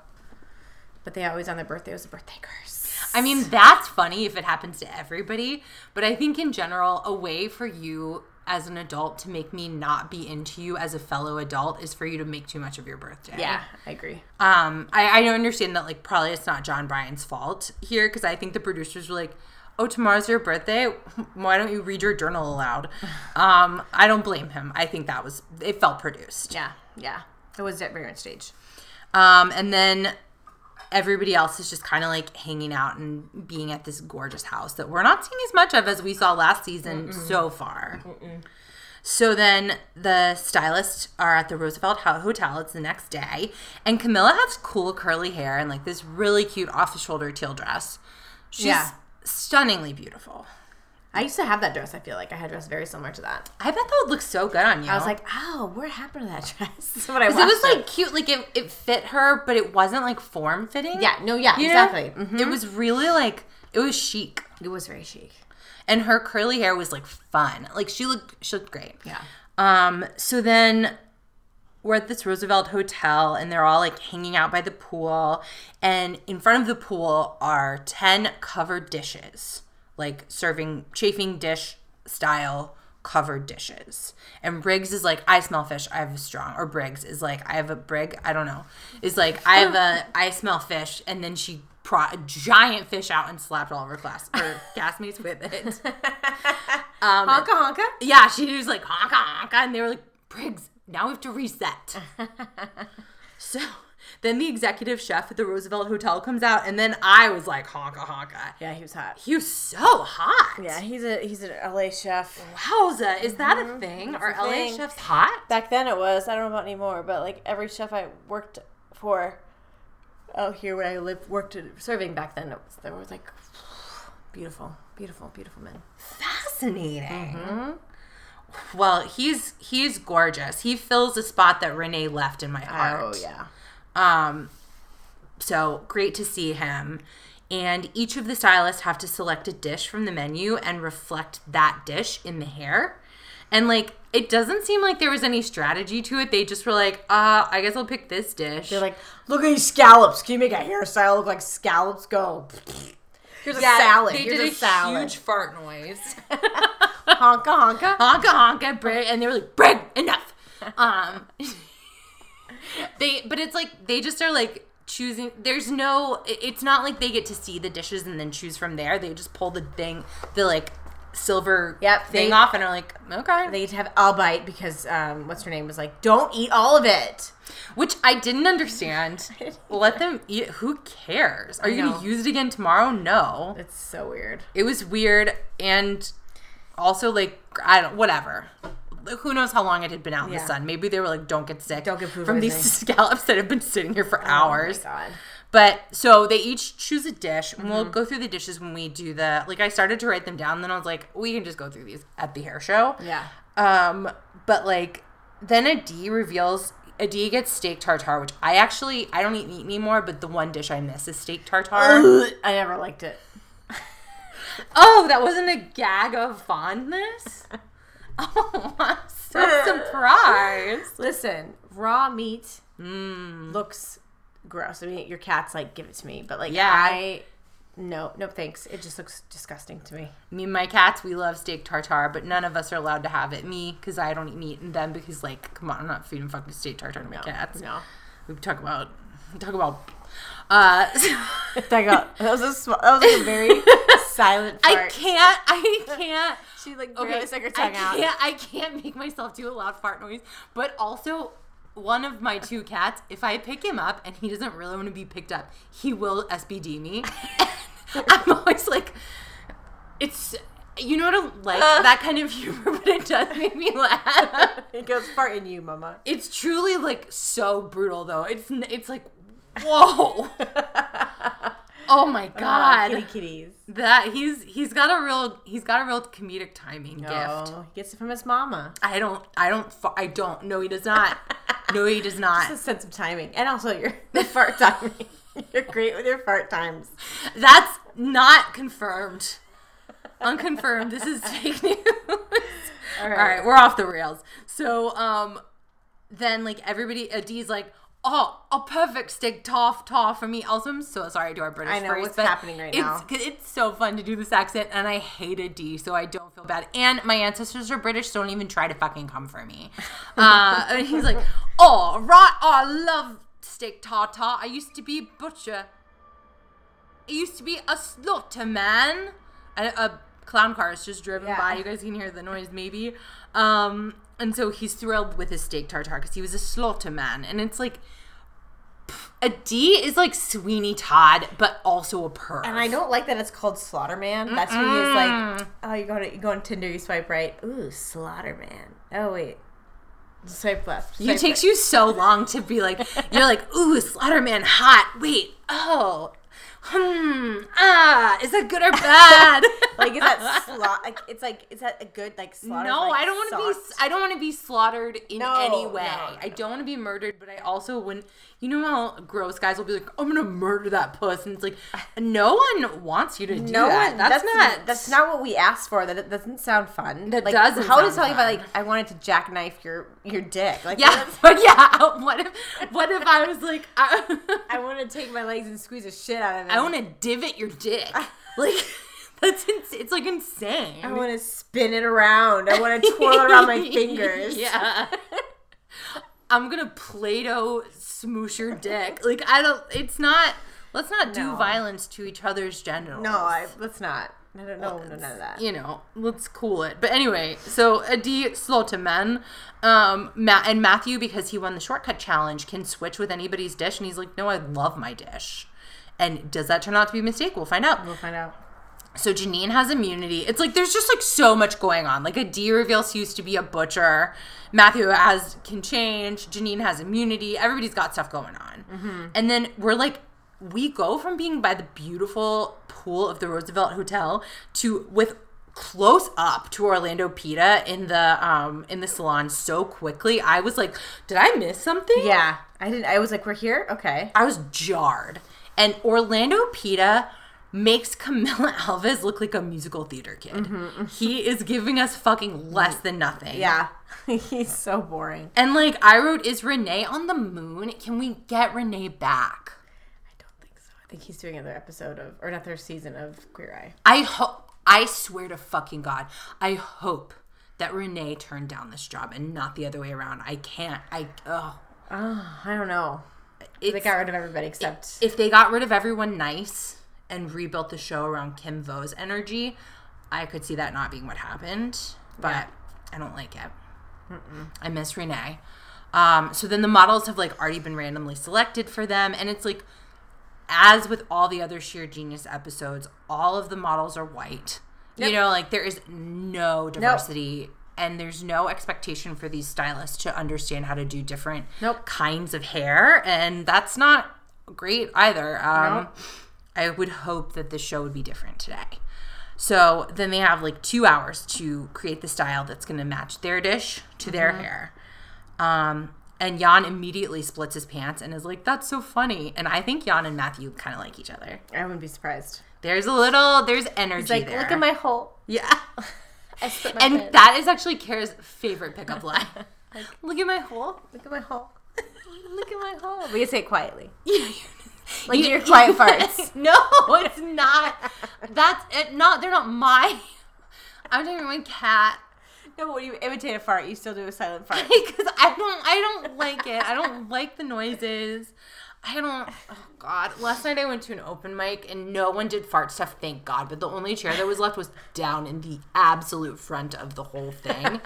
But they always on their birthday was a birthday curse. I mean, that's funny if it happens to everybody, but I think in general, a way for you as an adult to make me not be into you as a fellow adult is for you to make too much of your birthday. Yeah, I agree. Um, I, I understand that like probably it's not John Bryan's fault here because I think the producers were like, "Oh, tomorrow's your birthday. Why don't you read your journal aloud?" um, I don't blame him. I think that was it felt produced. Yeah, yeah. It was at very much stage. Um, and then everybody else is just kind of like hanging out and being at this gorgeous house that we're not seeing as much of as we saw last season so far. So then the stylists are at the Roosevelt Ho- Hotel. It's the next day. And Camilla has cool curly hair and like this really cute off the shoulder teal dress. She's Yeah. stunningly beautiful. I used to have that dress. I feel like I had a dress very similar to that. I bet that would look so good on you. I was like, oh, what happened to that dress? That's what I it was watched like cute, like it, it fit her, but it wasn't like form fitting. Yeah, no, yeah, You know? exactly. Mhm. It was really like it was chic, It was very chic. and her curly hair was like fun. Like she looked, she looked great. Yeah. Um. So then we're at this Roosevelt Hotel, and they're all like hanging out by the pool, and in front of the pool are ten covered dishes, like serving chafing dish style covered dishes. And Briggs is like, I smell fish. I have a strong. Or Briggs is like, I have a Brig. I don't know. Is like, I have a. I smell fish. And then she brought a giant fish out and slapped all of her class or classmates with it. honka honka. Yeah, she was like honka honka, and they were like, Briggs, now we have to reset. so then the executive chef at the Roosevelt Hotel comes out, and then I was like honka honka. Yeah, he was hot. He was so hot. Yeah, he's a he's an LA chef. Wowza, is that a thing? Are a LA thing. chefs hot? Back then it was. I don't know about anymore, but like every chef I worked for out here when I lived worked at serving back then, it was, there was like beautiful, beautiful, beautiful men. Fascinating. Mm-hmm. Well, he's he's gorgeous. He fills a spot that Renee left in my heart. Oh, yeah. Um, so great to see him. And each of the stylists have to select a dish from the menu and reflect that dish in the hair. And like, it doesn't seem like there was any strategy to it. They just were like, uh, I guess I'll pick this dish. They're like, look at these scallops. Can you make a hairstyle look like scallops? Go. Here's a salad. They Here's did a, salad. huge fart noise. honka honka. honka honka Brit, and they were like, Brit, enough. Um, they, but it's like they just are like choosing. There's no. it- It's not like they get to see the dishes and then choose from there. They just pull the thing, the like silver Yep, thing they- off, and are like, okay. They get to have a bite because um, what's her name was like, don't eat all of it. Which I didn't understand. Let them eat. Who cares? Are you know. gonna use it again tomorrow? No. It's so weird. It was weird and also like I don't whatever. Who knows how long it had been out in the Yeah. sun? Maybe they were like, "Don't get sick Don't get food from these scallops that have been sitting here for hours." Oh my god. Mm-hmm. But so they each choose a dish, and we'll go through the dishes when we do the. Like I started to write them down, then I was like, "We can just go through these at the hair show." Yeah. Um, but like then a D reveals a D gets steak tartare, which I actually I don't eat meat anymore, but the one dish I miss is steak tartare. I never liked it. Oh, that wasn't a gag of fondness? Oh, I'm so surprised. Listen, raw meat Mm. looks gross. I mean, your cat's like, give it to me, but like, Yeah. I no, no thanks. It just looks disgusting to me. Me and my cats, we love steak tartare, but none of us are allowed to have it. Me, because I don't eat meat, and them, because like, come on, I'm not feeding fucking steak tartare to my cats. No. We talk about, we talk about. Uh, That got that was a sm- that was like a very silent I fart. can't. I can't. She like barely Okay, stuck her tongue I out. can't. I can't make myself do a loud fart noise. But also, one of my two cats, if I pick him up and he doesn't really want to be picked up, he will SBD me. I'm always like, it's. You know what I like Uh. that kind of humor, but it does make me laugh. It goes fart in you, mama. It's truly like so brutal, though. It's n- it's like, whoa, oh my Aw, god, Ah, kitty kitties. that he's he's got a real he's got a real comedic timing gift. Oh, he gets it from his mama. I don't. I don't. fu- I don't. No, he does not. No, he does not. Just a sense of timing, and also your the fart timing. You're great with your fart times. That's not confirmed. Unconfirmed. This is fake news. All All right, we're off the rails. So, um, then like everybody, uh, Dee's like, oh, a perfect stick, toff, toff for me. Also, I'm so sorry to our British I know, furries, what's but happening right it's, now? 'cause It's so fun to do this accent, and I hated Dee, so I don't feel bad. And my ancestors are British, so don't even try to fucking come for me. Uh, and he's like, oh, right, oh, I love stick tartar. I used to be a butcher. I used to be a slaughterman. A, a clown car is just driven Yeah. by. You guys can hear the noise, maybe. Um, and so he's thrilled with his steak tartare because he was a slaughterman, and it's like. pff, A D is like Sweeney Todd, but also a perv. And I don't like that it's called Slaughterman. That's when he's like, oh, you go to you go on Tinder, you swipe right. Ooh, Slaughterman. Oh wait, swipe left. It swipe takes you so long to be like, you're like, ooh, Slaughterman, hot. Wait, oh, hmm, ah, is that good or bad? right. like is that slot? Like it's like is that a good like slaughter? no, like, I don't want to sauce? be. I don't want to be slaughtered in No, any no, way. no. I don't want to be murdered, but I also wouldn't. You know how gross guys will be like, I'm gonna murder that puss, and it's like, no one wants you to do No that. one. That's, not. That's not what we asked for. That it doesn't sound fun. That like, doesn't How does sound somebody like I wanted to jackknife your your dick? Like Yeah, but yeah. What if? What if I was like, I, I want to take my legs and squeeze the shit out of it. I want to divot your dick. Like that's ins- it's like insane. I want to spin it around. I want to twirl it around my fingers. yeah. I'm gonna Play-Doh smoosh your dick. Like I don't. It's not. Let's not do No. violence to each other's genitals. No, I, let's not. I don't know none of that. You know, let's cool it. But anyway, so Adi Sloteman, um, Ma- and Matthew because he won the shortcut challenge can switch with anybody's dish, and he's like, no, I love my dish. And does that turn out to be a mistake? We'll find out. We'll find out. So Janine has immunity. It's like there's just like so much going on. Like a D reveals he used to be a butcher. Matthew has can change. Janine has immunity. Everybody's got stuff going on. And then we're like, we go from being by the beautiful pool of the Roosevelt Hotel to with close up to Orlando Pita in the um in the salon so quickly. I was like, did I miss something? Yeah, I didn't. I was like, we're here. Okay. I was jarred. And Orlando Pita makes Camilla Alves look like a musical theater kid. He is giving us fucking less than nothing. Yeah, he's so boring. And like I wrote, is Renee on the moon? Can we get Renee back? I don't think so. I think he's doing another episode of, or another season of Queer Eye. I hope. I swear to fucking God, I hope that Renee turned down this job and not the other way around. I can't. I oh. Oh, I don't know. They It's, got rid of everybody except. if they got rid of everyone nice and rebuilt the show around Kim Vo's energy, I could see that not being what happened. But I don't like it. I miss Renee. Um, so then the models have like already been randomly selected for them, and it's like, as with all the other sheer genius episodes, all of the models are white. You know, like there is no diversity. And there's no expectation for these stylists to understand how to do different Nope. kinds of hair, and that's not great either. Um, Nope. I would hope that the show would be different today. So then they have like two hours to create the style that's going to match their dish to Mm-hmm. their hair. Um, and Jan immediately splits his pants and is like, "That's so funny." And I think Jan and Matthew kind of like each other. I wouldn't be surprised. There's a little, there's energy Like, there. look at my hole. yeah. I split my And pants. that is actually Kara's favorite pickup line. look at my hole. Look at my hole. Look at my hole. We can say it quietly. Yeah, you Like your quiet farts. no, it's not. That's it. Not they're not my. I'm talking about my cat No, but when you imitate a fart, you still do a silent fart. because I don't. I don't like it. I don't like the noises. I don't. Oh God! Last night I went to an open mic and no one did fart stuff. Thank God. But the only chair that was left was down in the absolute front of the whole thing.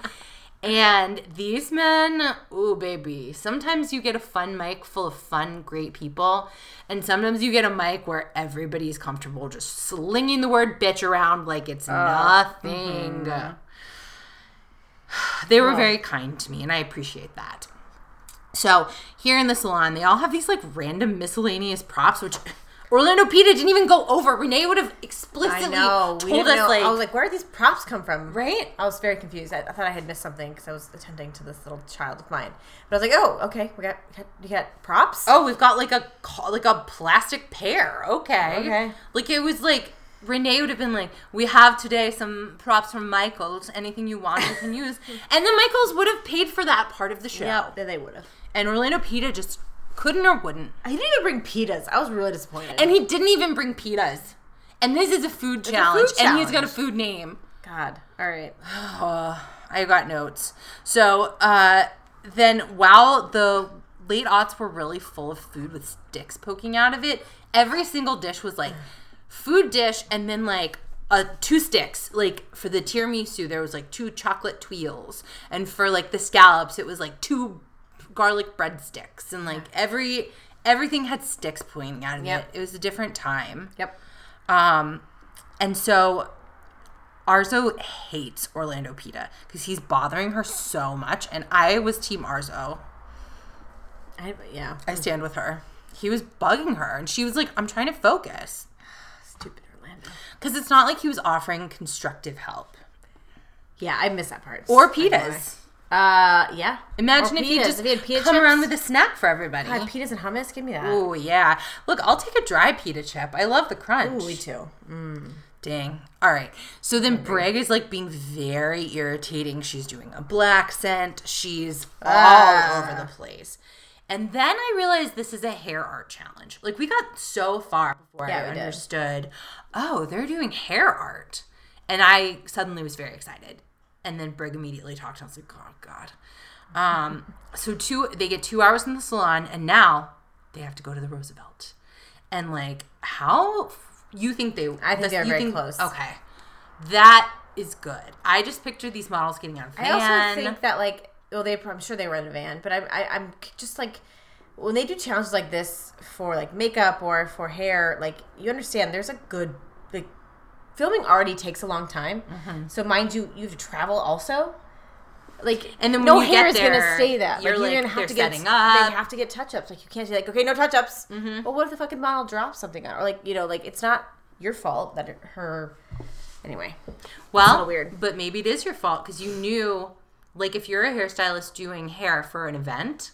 And these men, ooh, baby. Sometimes you get a fun mic full of fun, great people. And sometimes you get a mic where everybody's comfortable just slinging the word bitch around like it's nothing. They were very kind to me, and I appreciate that. So here in the salon, they all have these like random miscellaneous props, which Orlando Pita didn't even go over. Renee would have explicitly We told didn't us know- like, I was like, where did these props come from? right? I was very confused. I, I thought I had missed something because I was attending to this little child of mine. But I was like, oh, okay, we got we got, we got props. Oh, we've got like a co- like a plastic pear. Okay, Okay. Like it was like Renee would have been like, "We have today some props from Michaels. Anything you want, you can use." And then Michaels would have paid for that part of the show, yeah, they, they would have. and Orlando Pita just couldn't or wouldn't. I didn't even bring pitas. I was really disappointed. And he didn't even bring pitas. And this is a food, food challenge, and he's got a challenge. food name. God, all right. I got notes. So uh, then, while the late aughts were really full of food with sticks poking out of it, every single dish was like food dish, and then like uh, two sticks. Like for the tiramisu, there was like two chocolate tweels, and for like the scallops, it was like two garlic breadsticks, and like every everything had sticks pointing out of Yep. it. It was a different time. Yep. Um, and so Arzo hates Orlando Pita because he's bothering her so much. And I was Team Arzo. I, yeah. I stand with her. He was bugging her, and she was like, "I'm trying to focus," Stupid Orlando. because it's not like he was offering constructive help Yeah, I miss that part. or Like, pitas. Uh, yeah. Imagine Or if he pitas. just If he had pita come chips. around with a snack for everybody. God, pitas and hummus. Give me that. Oh yeah, look, I'll take a dry pita chip. I love the crunch. me too. Dang. All right. So then Brig is like being very irritating. She's doing a black scent. She's Ah. all over the place. And then I realized this is a hair art challenge. Like we got so far before Yeah, I we did. understood, oh, they're doing hair art. And I suddenly was very excited. And then Brig immediately talked. and I was like, oh God. Um, so two they get two hours in the salon and now they have to go to the Roosevelt. And like how f- you think they I think they're you very close. Okay. That is good. I just picture these models getting out of I van. also think that like, well, they I'm sure they were in a van, but I, I I'm just like when they do challenges like this for like makeup or for hair, like you understand there's a good like filming already takes a long time. Mm-hmm. So mind you, you have to travel also. Like And then when no you hair get is going to there, stay that. you're like, like, you're gonna have they're to get setting They up. Mm-hmm. have to get touch ups. Like you can't say like okay no touch ups. Well, what if the fucking model drops something on or like you know like it's not your fault that it, her. Anyway, well, weird. but maybe it is your fault because you knew, like, if you're a hairstylist doing hair for an event,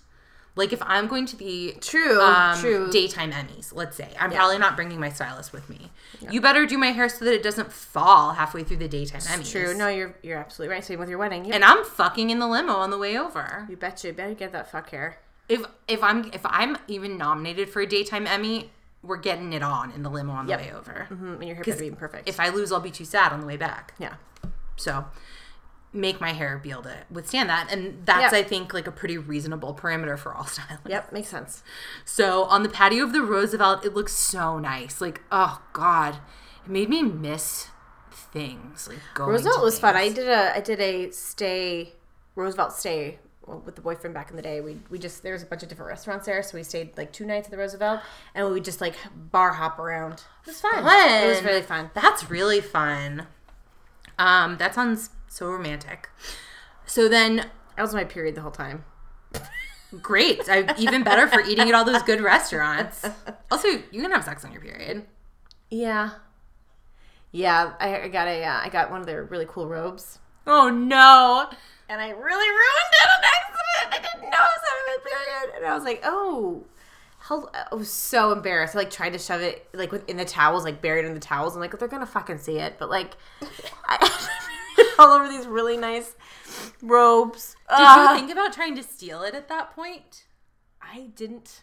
like if I'm going to the True, um, true. daytime Emmys, let's say, I'm probably not bringing my stylist with me. You better do my hair so that it doesn't fall halfway through the daytime Emmys. true. No, you're you're absolutely right. Same with your wedding. You and I'm fucking in the limo on the way over. You betcha. You better get that fuck hair. If if I'm if I'm even nominated for a daytime Emmy, we're getting it on in the limo on the Yep. way over. Mm, and your hair better be perfect. If I lose, I'll be too sad on the way back. yeah. So make my hair be able to withstand that. And that's Yeah. I think like a pretty reasonable parameter for all styling. Yep. Makes sense. So on the patio of the Roosevelt, it looks so nice. Like, oh God. It made me miss things. Like going Roosevelt to was fun. I things. did a I did a stay Roosevelt stay with the boyfriend back in the day. We we just there was a bunch of different restaurants there, so we stayed like two nights at the Roosevelt, and we would just like bar hop around. It was fun. It was Fun. really fun. That's really fun. Um, that sounds so romantic. So then I was on my period the whole time. Great. I, even better for eating at all those good restaurants. Also, you can have sex on your period. Yeah. Yeah, I, I got a uh, I got one of their really cool robes. Oh no. and I really ruined it on accident. I didn't know I was having my period, and I was like, oh. How, I was so embarrassed. I like tried to shove it like within the towels, like buried in the towels. I'm like, they're gonna fucking see it. But like, I, all over these really nice robes. Did Ah. Uh, you think about trying to steal it at that point? I didn't.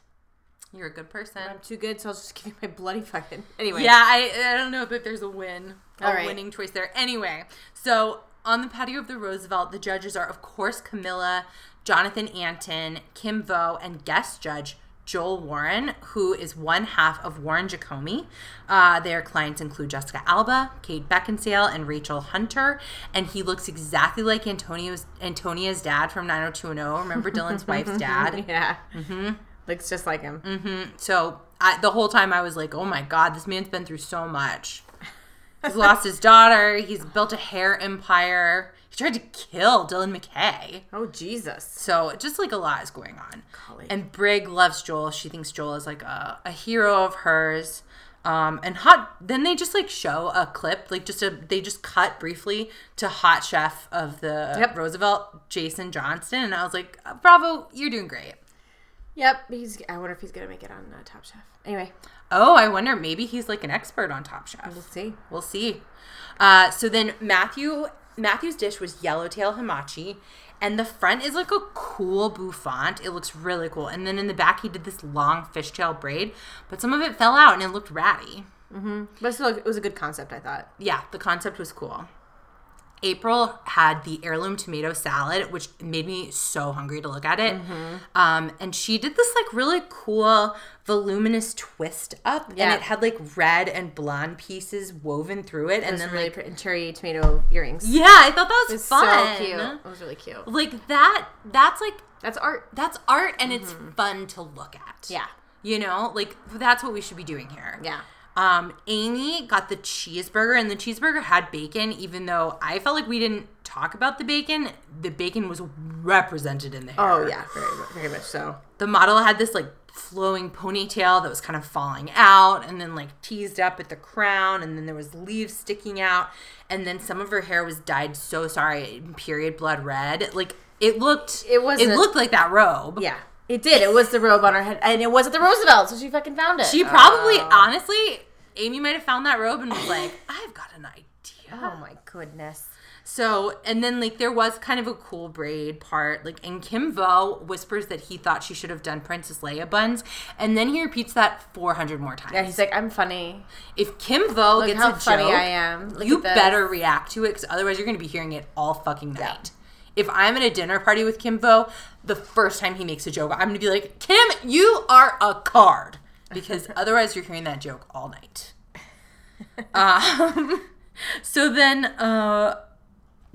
You're a good person. I'm too good, so I'll just give you my bloody fucking. Anyway. Yeah, I, I don't know if there's a win, a All right. winning choice there. Anyway, so on the patio of the Roosevelt, the judges are, of course, Camilla, Jonathan Anton, Kim Vo, and guest judge Joel Warren, who is one half of Warren Jacomi. Uh, their clients include Jessica Alba, Kate Beckinsale, and Rachel Hunter. And he looks exactly like Antonio's Antonia's dad from 90210. Remember Dylan's wife's dad? Yeah. Mm-hmm. Looks just like him. Mm. So I, the whole time I was like, oh my God, this man's been through so much. He's lost his daughter. He's built a hair empire. He tried to kill Dylan McKay. Oh Jesus. So just like a lot is going on. Golly. And Brig loves Joel. She thinks Joel is like a, a hero of hers. Um, and hot then they just like show a clip like just a they just cut briefly to hot chef of the Yep. roosevelt jason johnston and i was like "Uh, bravo you're doing great Yep. He's. I wonder if he's gonna make it on uh, Top Chef. Anyway, oh i wonder maybe he's like an expert on top chef we'll see. We'll see. Uh, so then Matthew Matthew's dish was yellowtail hamachi, and the front is like a cool bouffant. It looks really cool. And then in the back, he did this long fishtail braid, but some of it fell out and it looked ratty. But still, it was a good concept. I thought. Yeah, the concept was cool. April had the heirloom tomato salad, which made me so hungry to look at it. Mm-hmm. Um, and she did this like really cool voluminous twist up, Yeah. and it had like red and blonde pieces woven through it, and It was then really like pretty. and cherry tomato earrings. yeah, I thought that was, It's fun. So cute. It was really cute. Like that that's like That's art. that's art and it's fun to look at. Mm-hmm. Yeah. You know, like that's what we should be doing here. Yeah. Um Amy got the cheeseburger and the cheeseburger had bacon even though I felt like we didn't talk about the bacon. The bacon was represented in there. Oh yeah, very, mu- very much so. The model had this like flowing ponytail that was kind of falling out and then like teased up at the crown and then there was leaves sticking out and then some of her hair was dyed so sorry period blood red like it looked It wasn't- it looked like that robe Yeah, it did. It was the robe on her head, and it was at the Roosevelt, so she fucking found it. she probably Oh. honestly amy might have found that robe and was like i've got an idea Oh my goodness. So, and then like there was kind of a cool braid part, like, and Kim Vo whispers that he thought she should have done Princess Leia buns, and then he repeats that 400 more times. Yeah, he's like, I'm funny. if Kim Vo Look gets how a funny joke, I am. Look you at this. better react to it, because otherwise you're going to be hearing it all fucking night. If I'm at a dinner party with Kim Vo, the first time he makes a joke, I'm going to be like, Kim, you are a card, because otherwise you're hearing that joke all night. Um, so then, uh,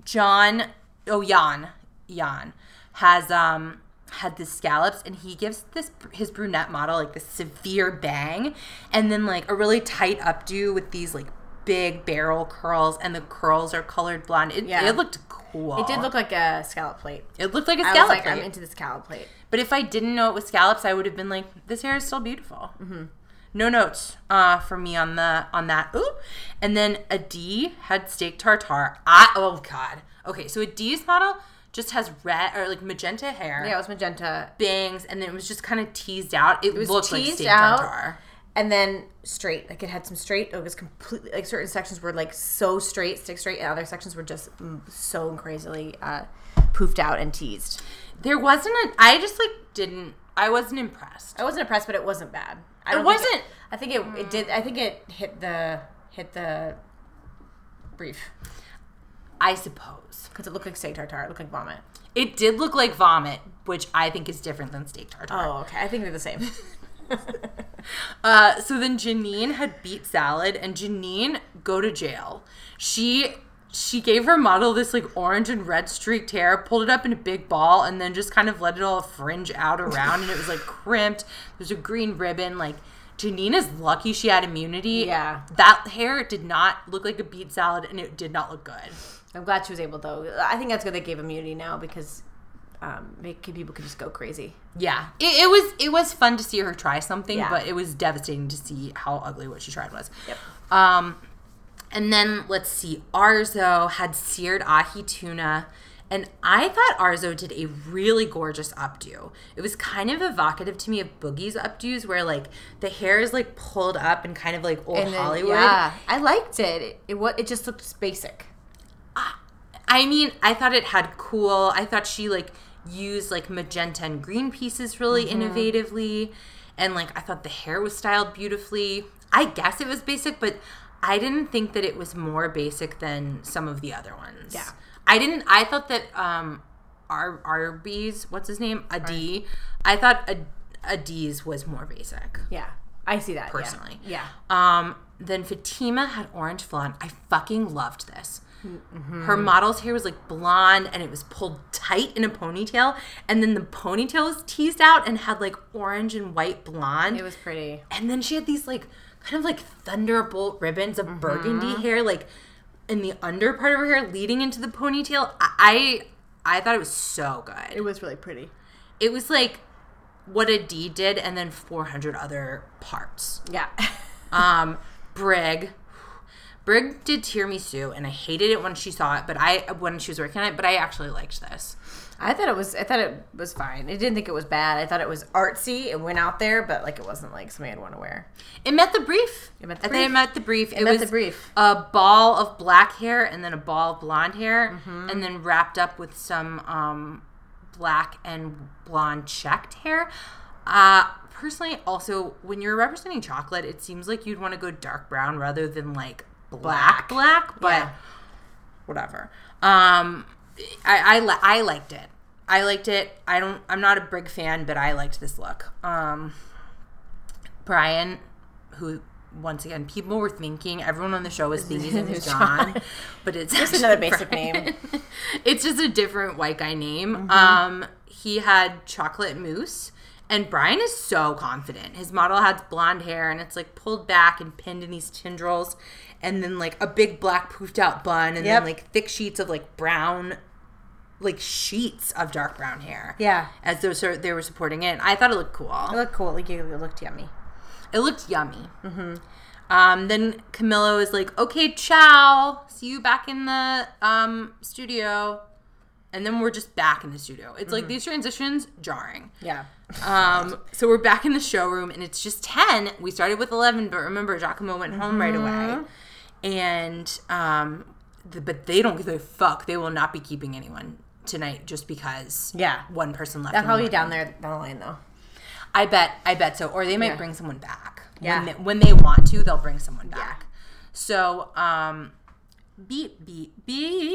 John, oh Jan, Jan has um had the scallops, and he gives this his brunette model like this severe bang, and then like a really tight updo with these like big barrel curls, and the curls are colored blonde. It, Yeah. it looked cool. It did look like a scallop plate. It looked like a I was scallop. like, I'm plate. into the scallop plate. but if I didn't know it was scallops, I would have been like, this hair is still beautiful. Mm-hmm. No notes uh, for me on the on that. Ooh, and then a D had steak tartare. I oh god. Okay, so a D's model just has red or like magenta hair, Yeah, it was magenta, bangs, and then it was just kind of teased out. It, was looked like teased steak out. tartare. and then straight. Like it had some straight. It was completely like certain sections were like so straight, stick straight, and other sections were just mm, so crazily uh, poofed out and teased. There wasn't. An, I just like didn't. I wasn't impressed. I wasn't impressed, but it wasn't bad. I don't It think wasn't- I think it, it did. I think it hit the hit the brief I suppose because it looked like steak tartare. It looked like vomit. it did look like vomit, which I think is different than steak tartare. Oh, okay. I think they're the same. Uh, so then Janine had beet salad, and Janine go to jail. She she gave her model this like orange and red streaked hair, pulled it up in a big ball, and then just kind of let it all fringe out around, and it was like crimped. There's a green ribbon. Like Janine is lucky she had immunity. Yeah. that hair did not look like a beet salad, and it did not look good. I'm glad she was able though. I think that's good. They gave immunity now because um, make, people could just go crazy. Yeah, it, it was it was fun to see her try something, Yeah. but it was devastating to see how ugly what she tried was. Um, and then let's see, Arzo had seared ahi tuna, and I thought Arzo did a really gorgeous updo. It was kind of evocative to me of Boogie's updos, where like the hair is like pulled up and kind of like old And then- Hollywood. Yeah, I liked it. It it, wa- it just looked basic. I mean, I thought it had cool. I thought she like used like magenta and green pieces really innovatively. and like I thought the hair was styled beautifully. I guess it was basic, but I didn't think that it was more basic than some of the other ones. Yeah. I didn't. I thought that um, Ar- Arby's, what's his name, Adi. I thought Ad- Adi's was more basic. Yeah, I see that yeah. Personally. Yeah, Um, then Fatima had orange blonde. I fucking loved this. Mm-hmm. Her model's hair was like blonde and it was pulled tight in a ponytail. And then the ponytail was teased out and had like orange and white blonde. it was pretty. and then she had these like kind of like thunderbolt ribbons of Mm-hmm. burgundy hair, like in the under part of her hair leading into the ponytail. I I, I thought it was so good. It was really pretty. It was like what a D did and then 400 other parts. Yeah, Um, Brig. Brig did tiramisu, and I hated it when she saw it, but I when she was working on it, but I actually liked this. I thought it was. I thought it was fine. I didn't think it was bad. I thought it was artsy. It went out there, but like it wasn't like something I'd want to wear. It met the brief. It met the I think brief. it met the brief. It, met was the brief. a ball of black hair and then a ball of blonde hair, Mm-hmm. and then wrapped up with some um, black and blonde checked hair. Uh, personally, also when you're representing chocolate, it seems like you'd want to go dark brown rather than like black, black. But Yeah. whatever. Um, I I, li- I liked it. I liked it. I don't. I'm not a Brig fan, but I liked this look. Um, Brian, who once again people were thinking everyone on the show was thinking it was John, but it's just Another basic name. it's just a different white guy name. Mm-hmm. Um, he had chocolate mousse, and Brian is so confident. His model has blonde hair, and it's like pulled back and pinned in these tendrils, and then like a big black poofed out bun, and Yep. then like thick sheets of like brown, like sheets of dark brown hair. Yeah. as those are, they were supporting it. I thought it looked cool. It looked cool. Like it looked yummy. It looked yummy. Mm-hmm. Um, then Camilla was like, "Okay, ciao. See you back in the um, studio." And then we're just back in the studio. It's Mm-hmm. like these transitions jarring. Yeah. Um, so we're back in the showroom, and it's just ten. We started with eleven, but remember, Giacomo went home right Mm-hmm. away, and um, th- but they don't give a fuck. They will not be keeping anyone tonight just because Yeah. one person left. That's in the probably morning. down there down the line though. I bet. I bet so. Or they might Yeah. bring someone back. Yeah. When they, when they want to, they'll bring someone back. So, um, beep, beep,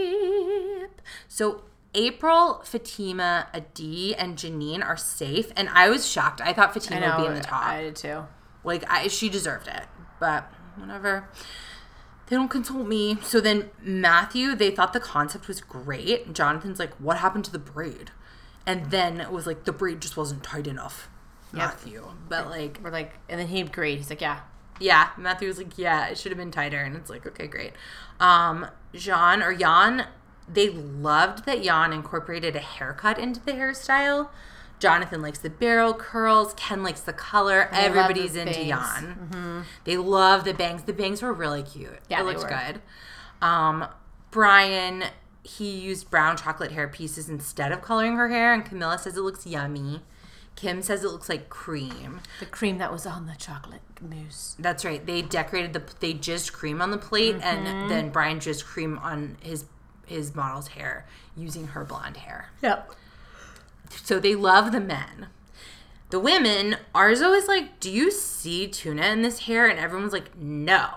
beep. So, April, Fatima, Adi, and Janine are safe. And I was shocked. I thought Fatima would be in the top. I did too. Like I, she deserved it, but whatever. They don't consult me. So then Matthew, they thought the concept was great. And Jonathan's like, "What happened to the braid?" And then it was like the braid just wasn't tight enough. Matthew, but like, We're like, and then he agreed. He's like, yeah, yeah, Matthew was like, "Yeah, it should have been tighter." And it's like, okay, great. Um, Jean or Jan, they loved that Jan incorporated a haircut into the hairstyle. Jonathan likes the barrel curls. Ken likes the color. love Everybody's the into bangs. Mm-hmm. Jan. They love the bangs. The bangs were really cute. Yeah, it they looked were. good. Um, Brian, he used brown chocolate hair pieces instead of coloring her hair, and Camilla says it looks yummy. Kim says it looks like cream. the cream that was on the chocolate mousse. That's right. They decorated the they jizzed cream on the plate, and then Brian jizzed cream on his his model's hair using her blonde hair. Yep. So they love the men. The women, Arzo is like, "Do you see tuna in this hair?" And everyone's like, "No."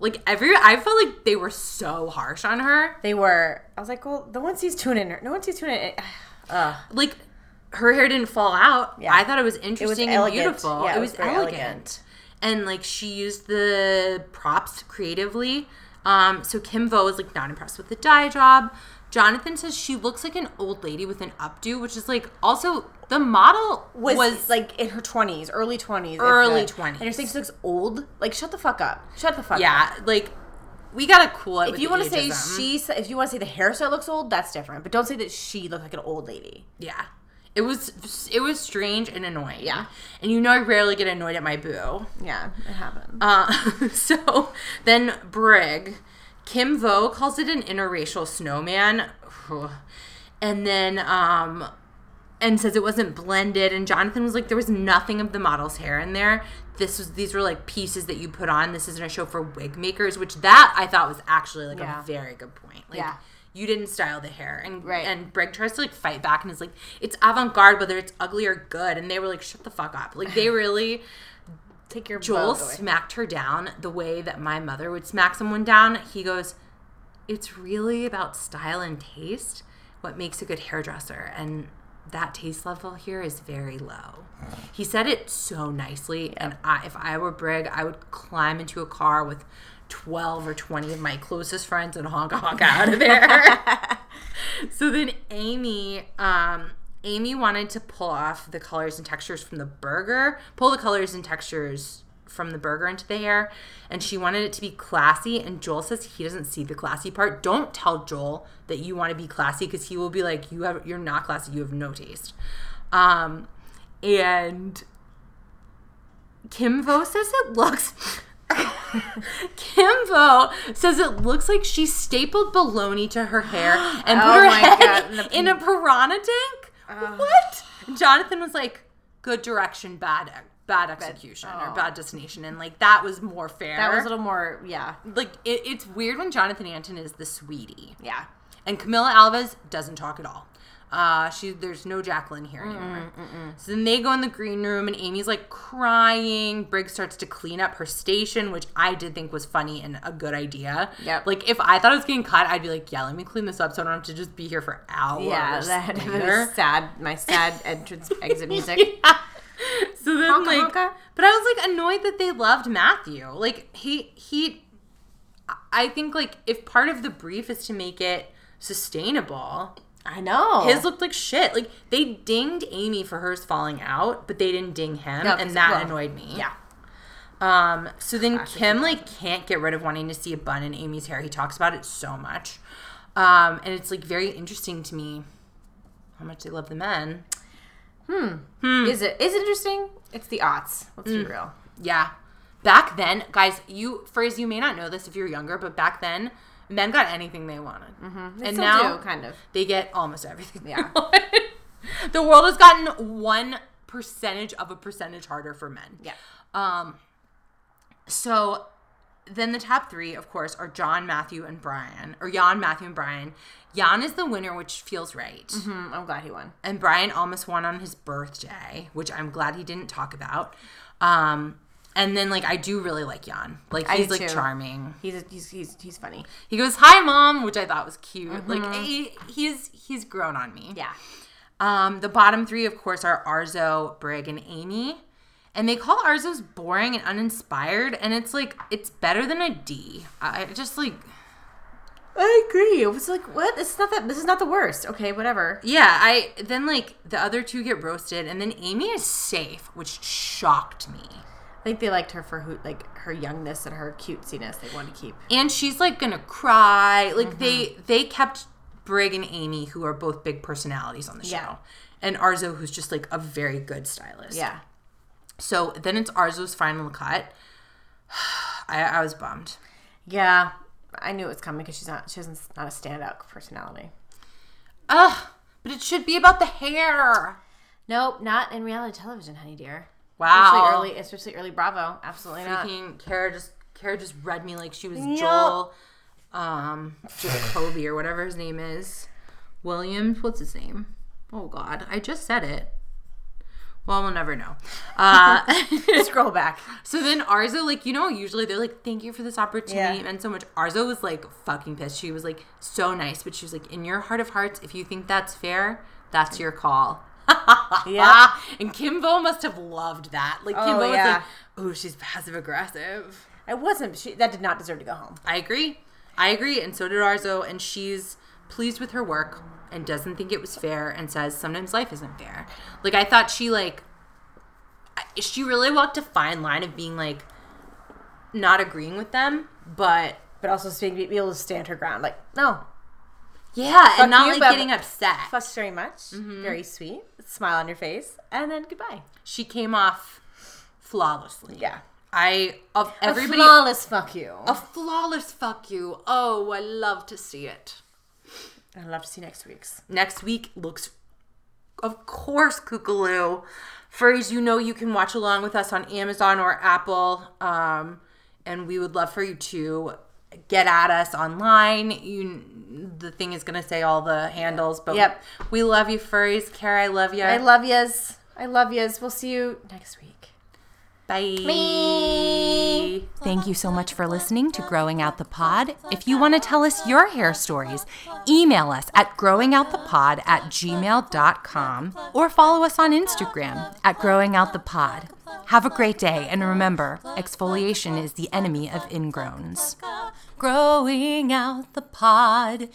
Like every, I felt like they were so harsh on her. They were. I was like, well, the one sees tuna in her. No one sees tuna in Uh, Like her hair didn't fall out. Yeah. I thought it was interesting and elegant. beautiful. Yeah, it, was, very elegant. and like she used the props creatively. Um, so Kim Vo is like not impressed with the dye job. Jonathan says she looks like an old lady with an updo, which is like also the model Was, was, like in her 20s, early 20s. if Early not. 20s. And you're saying she looks old? Like, shut the fuck up. Shut the fuck up. yeah, like we gotta cool it. If you want to say she, s- if you want to say the hairstyle looks old, that's different. But don't say that she looked like an old lady. yeah, it was it was strange and annoying. Yeah, and you know I rarely get annoyed at my boo. Yeah, it happened. Uh, so then Brig, Kim Vo calls it an interracial snowman, and then um, and says it wasn't blended. And Jonathan was like, there was nothing of the model's hair in there. This was these were like pieces that you put on. This isn't a show for wig makers, which that I thought was actually like Yeah. a very good point. Like, Yeah. you didn't style the hair. And Right. and Greg tries to like fight back and is like, it's avant garde, whether it's ugly or good. And they were like, shut the fuck up. Like they really Take your Joel bow away. smacked her down the way that my mother would smack someone down. He goes, It's really about style and taste, what makes a good hairdresser. And that taste level here is very low. He said it so nicely. And I, if I were Brig, I would climb into a car with 12 or 20 of my closest friends and honk honk out of there. So then Amy, um, Amy wanted to pull off the colors and textures from the burger, pull the colors and textures from the burger into the hair, and she wanted it to be classy. And Joel says he doesn't see the classy part. Don't tell Joel that you want to be classy because he will be like, you have, you're not classy. You have no taste. Um, and Kimbo says it looks. Kimbo says it looks like she stapled bologna to her hair and put Oh her my head God, in the- in a piranha tank. what? And Jonathan was like, "Good direction, bad bad execution or bad destination," and like that was more fair. oh. That was a little more, yeah, like it, it's weird when Jonathan Anton is the sweetie. yeah. And Camila Alves doesn't talk at all. Uh, she there's no Jacqueline here Mm, anymore. So then they go in the green room and Amy's like crying. Briggs starts to clean up her station, which I did think was funny and a good idea. Yep. Like if I thought I was getting caught, I'd be like, yeah, let me clean this up so I don't have to just be here for hours. Yeah, that later." was sad. My sad entrance exit music. So then, Honka, like, honka. but I was like annoyed that they loved Matthew. Like he he, I think like if part of the brief is to make it sustainable, I know his looked like shit. Like they dinged Amy for hers falling out, but they didn't ding him, No, 'cause- and that well, annoyed me. yeah. Um. So then Kim like can't get rid of wanting to see a bun in Amy's hair. He talks about it so much, um, and it's like very interesting to me how much they love the men. Is it is it interesting? It's the aughts. Let's be real. Yeah. Back then, guys, you Frizz, you may not know this if you're younger, but back then, men got anything they wanted, mm-hmm. They and still now do, kind of. they get almost everything. they Yeah. want. the world has gotten one percentage of a percentage harder for men. Yeah. So then the top three, of course, are John, Matthew, and Brian, or Jan, Matthew, and Brian. Jan is the winner, which feels right. Mm, I'm glad he won. And Brian almost won on his birthday, which I'm glad he didn't talk about. Um, and then, like, I do really like Jan. Like, I he's, do like, too. charming. He's he's he's he's funny. He goes, "Hi, mom," which I thought was cute. Like he, he's he's grown on me. Mm-hmm. Yeah. Um, the bottom three, of course, are Arzo, Brig, and Amy, and they call Arzo's boring and uninspired, and it's like it's better than a D. I I just like I agree. It was like what? It's not that. This is not the worst. Okay, whatever. yeah. I then like the other two get roasted, and then Amy is safe, which shocked me. I think they liked her for who like her youngness and her cutesiness. They wanted to keep. and she's like gonna cry like Mm-hmm. they they kept brig and amy who are both big personalities on the show Yeah. and arzo who's just like a very good stylist Yeah. so then it's arzo's final cut I, I was bummed Yeah. I knew it was coming because she's not. She doesn't not a standout personality. ugh but it should be about the hair Nope, not in reality television, honey dear. wow Especially early, especially early Bravo. Absolutely not. Freaking Kara just Kara just read me like she was Joel, um, Jacoby or whatever his name is, Williams. What's his name? Oh God, I just said it. Well, we'll never know. Uh, Scroll back. so then Arzo, like you know, usually they're like, "Thank you for this opportunity." Yeah. It meant so much. Arzo was like fucking pissed. She was like so nice, but she was like, "In your heart of hearts, if you think that's fair, that's your call." Yeah. and Kimbo must have loved that. Like Oh, Kimbo was yeah. like, "Oh, she's passive aggressive." It wasn't. She, that did not deserve to go home. I agree. I agree. And so did Arzo. And she's pleased with her work and doesn't think it was fair and says sometimes life isn't fair. Like, I thought she, like, I- she really walked a fine line of being, like, not agreeing with them, but But also speaking, be able to stand her ground. Like, no, yeah, and not you, like but- getting upset. fuss very much. Very sweet. Smile on your face, and then goodbye. She came off flawlessly. Yeah. I, of everybody, a flawless fuck you. a flawless fuck you. Oh, I love to see it. I'd love to see next week's. Next week looks, of course, Kookaloo. Furries, you know you can watch along with us on Amazon or Apple, um, and we would love for you to get at us online. You, the thing is going to say all the handles, but Yep. we love you, furries. Kara, I love you. I love yous. I love yous. We'll see you next week. Bye. Thank you so much for listening to Growing Out the Pod. If you want to tell us your hair stories, email us at growingoutthepod at gmail.com or follow us on Instagram at Growing Out the Pod. Have a great day, and remember, exfoliation is the enemy of ingrowns. Growing Out the Pod.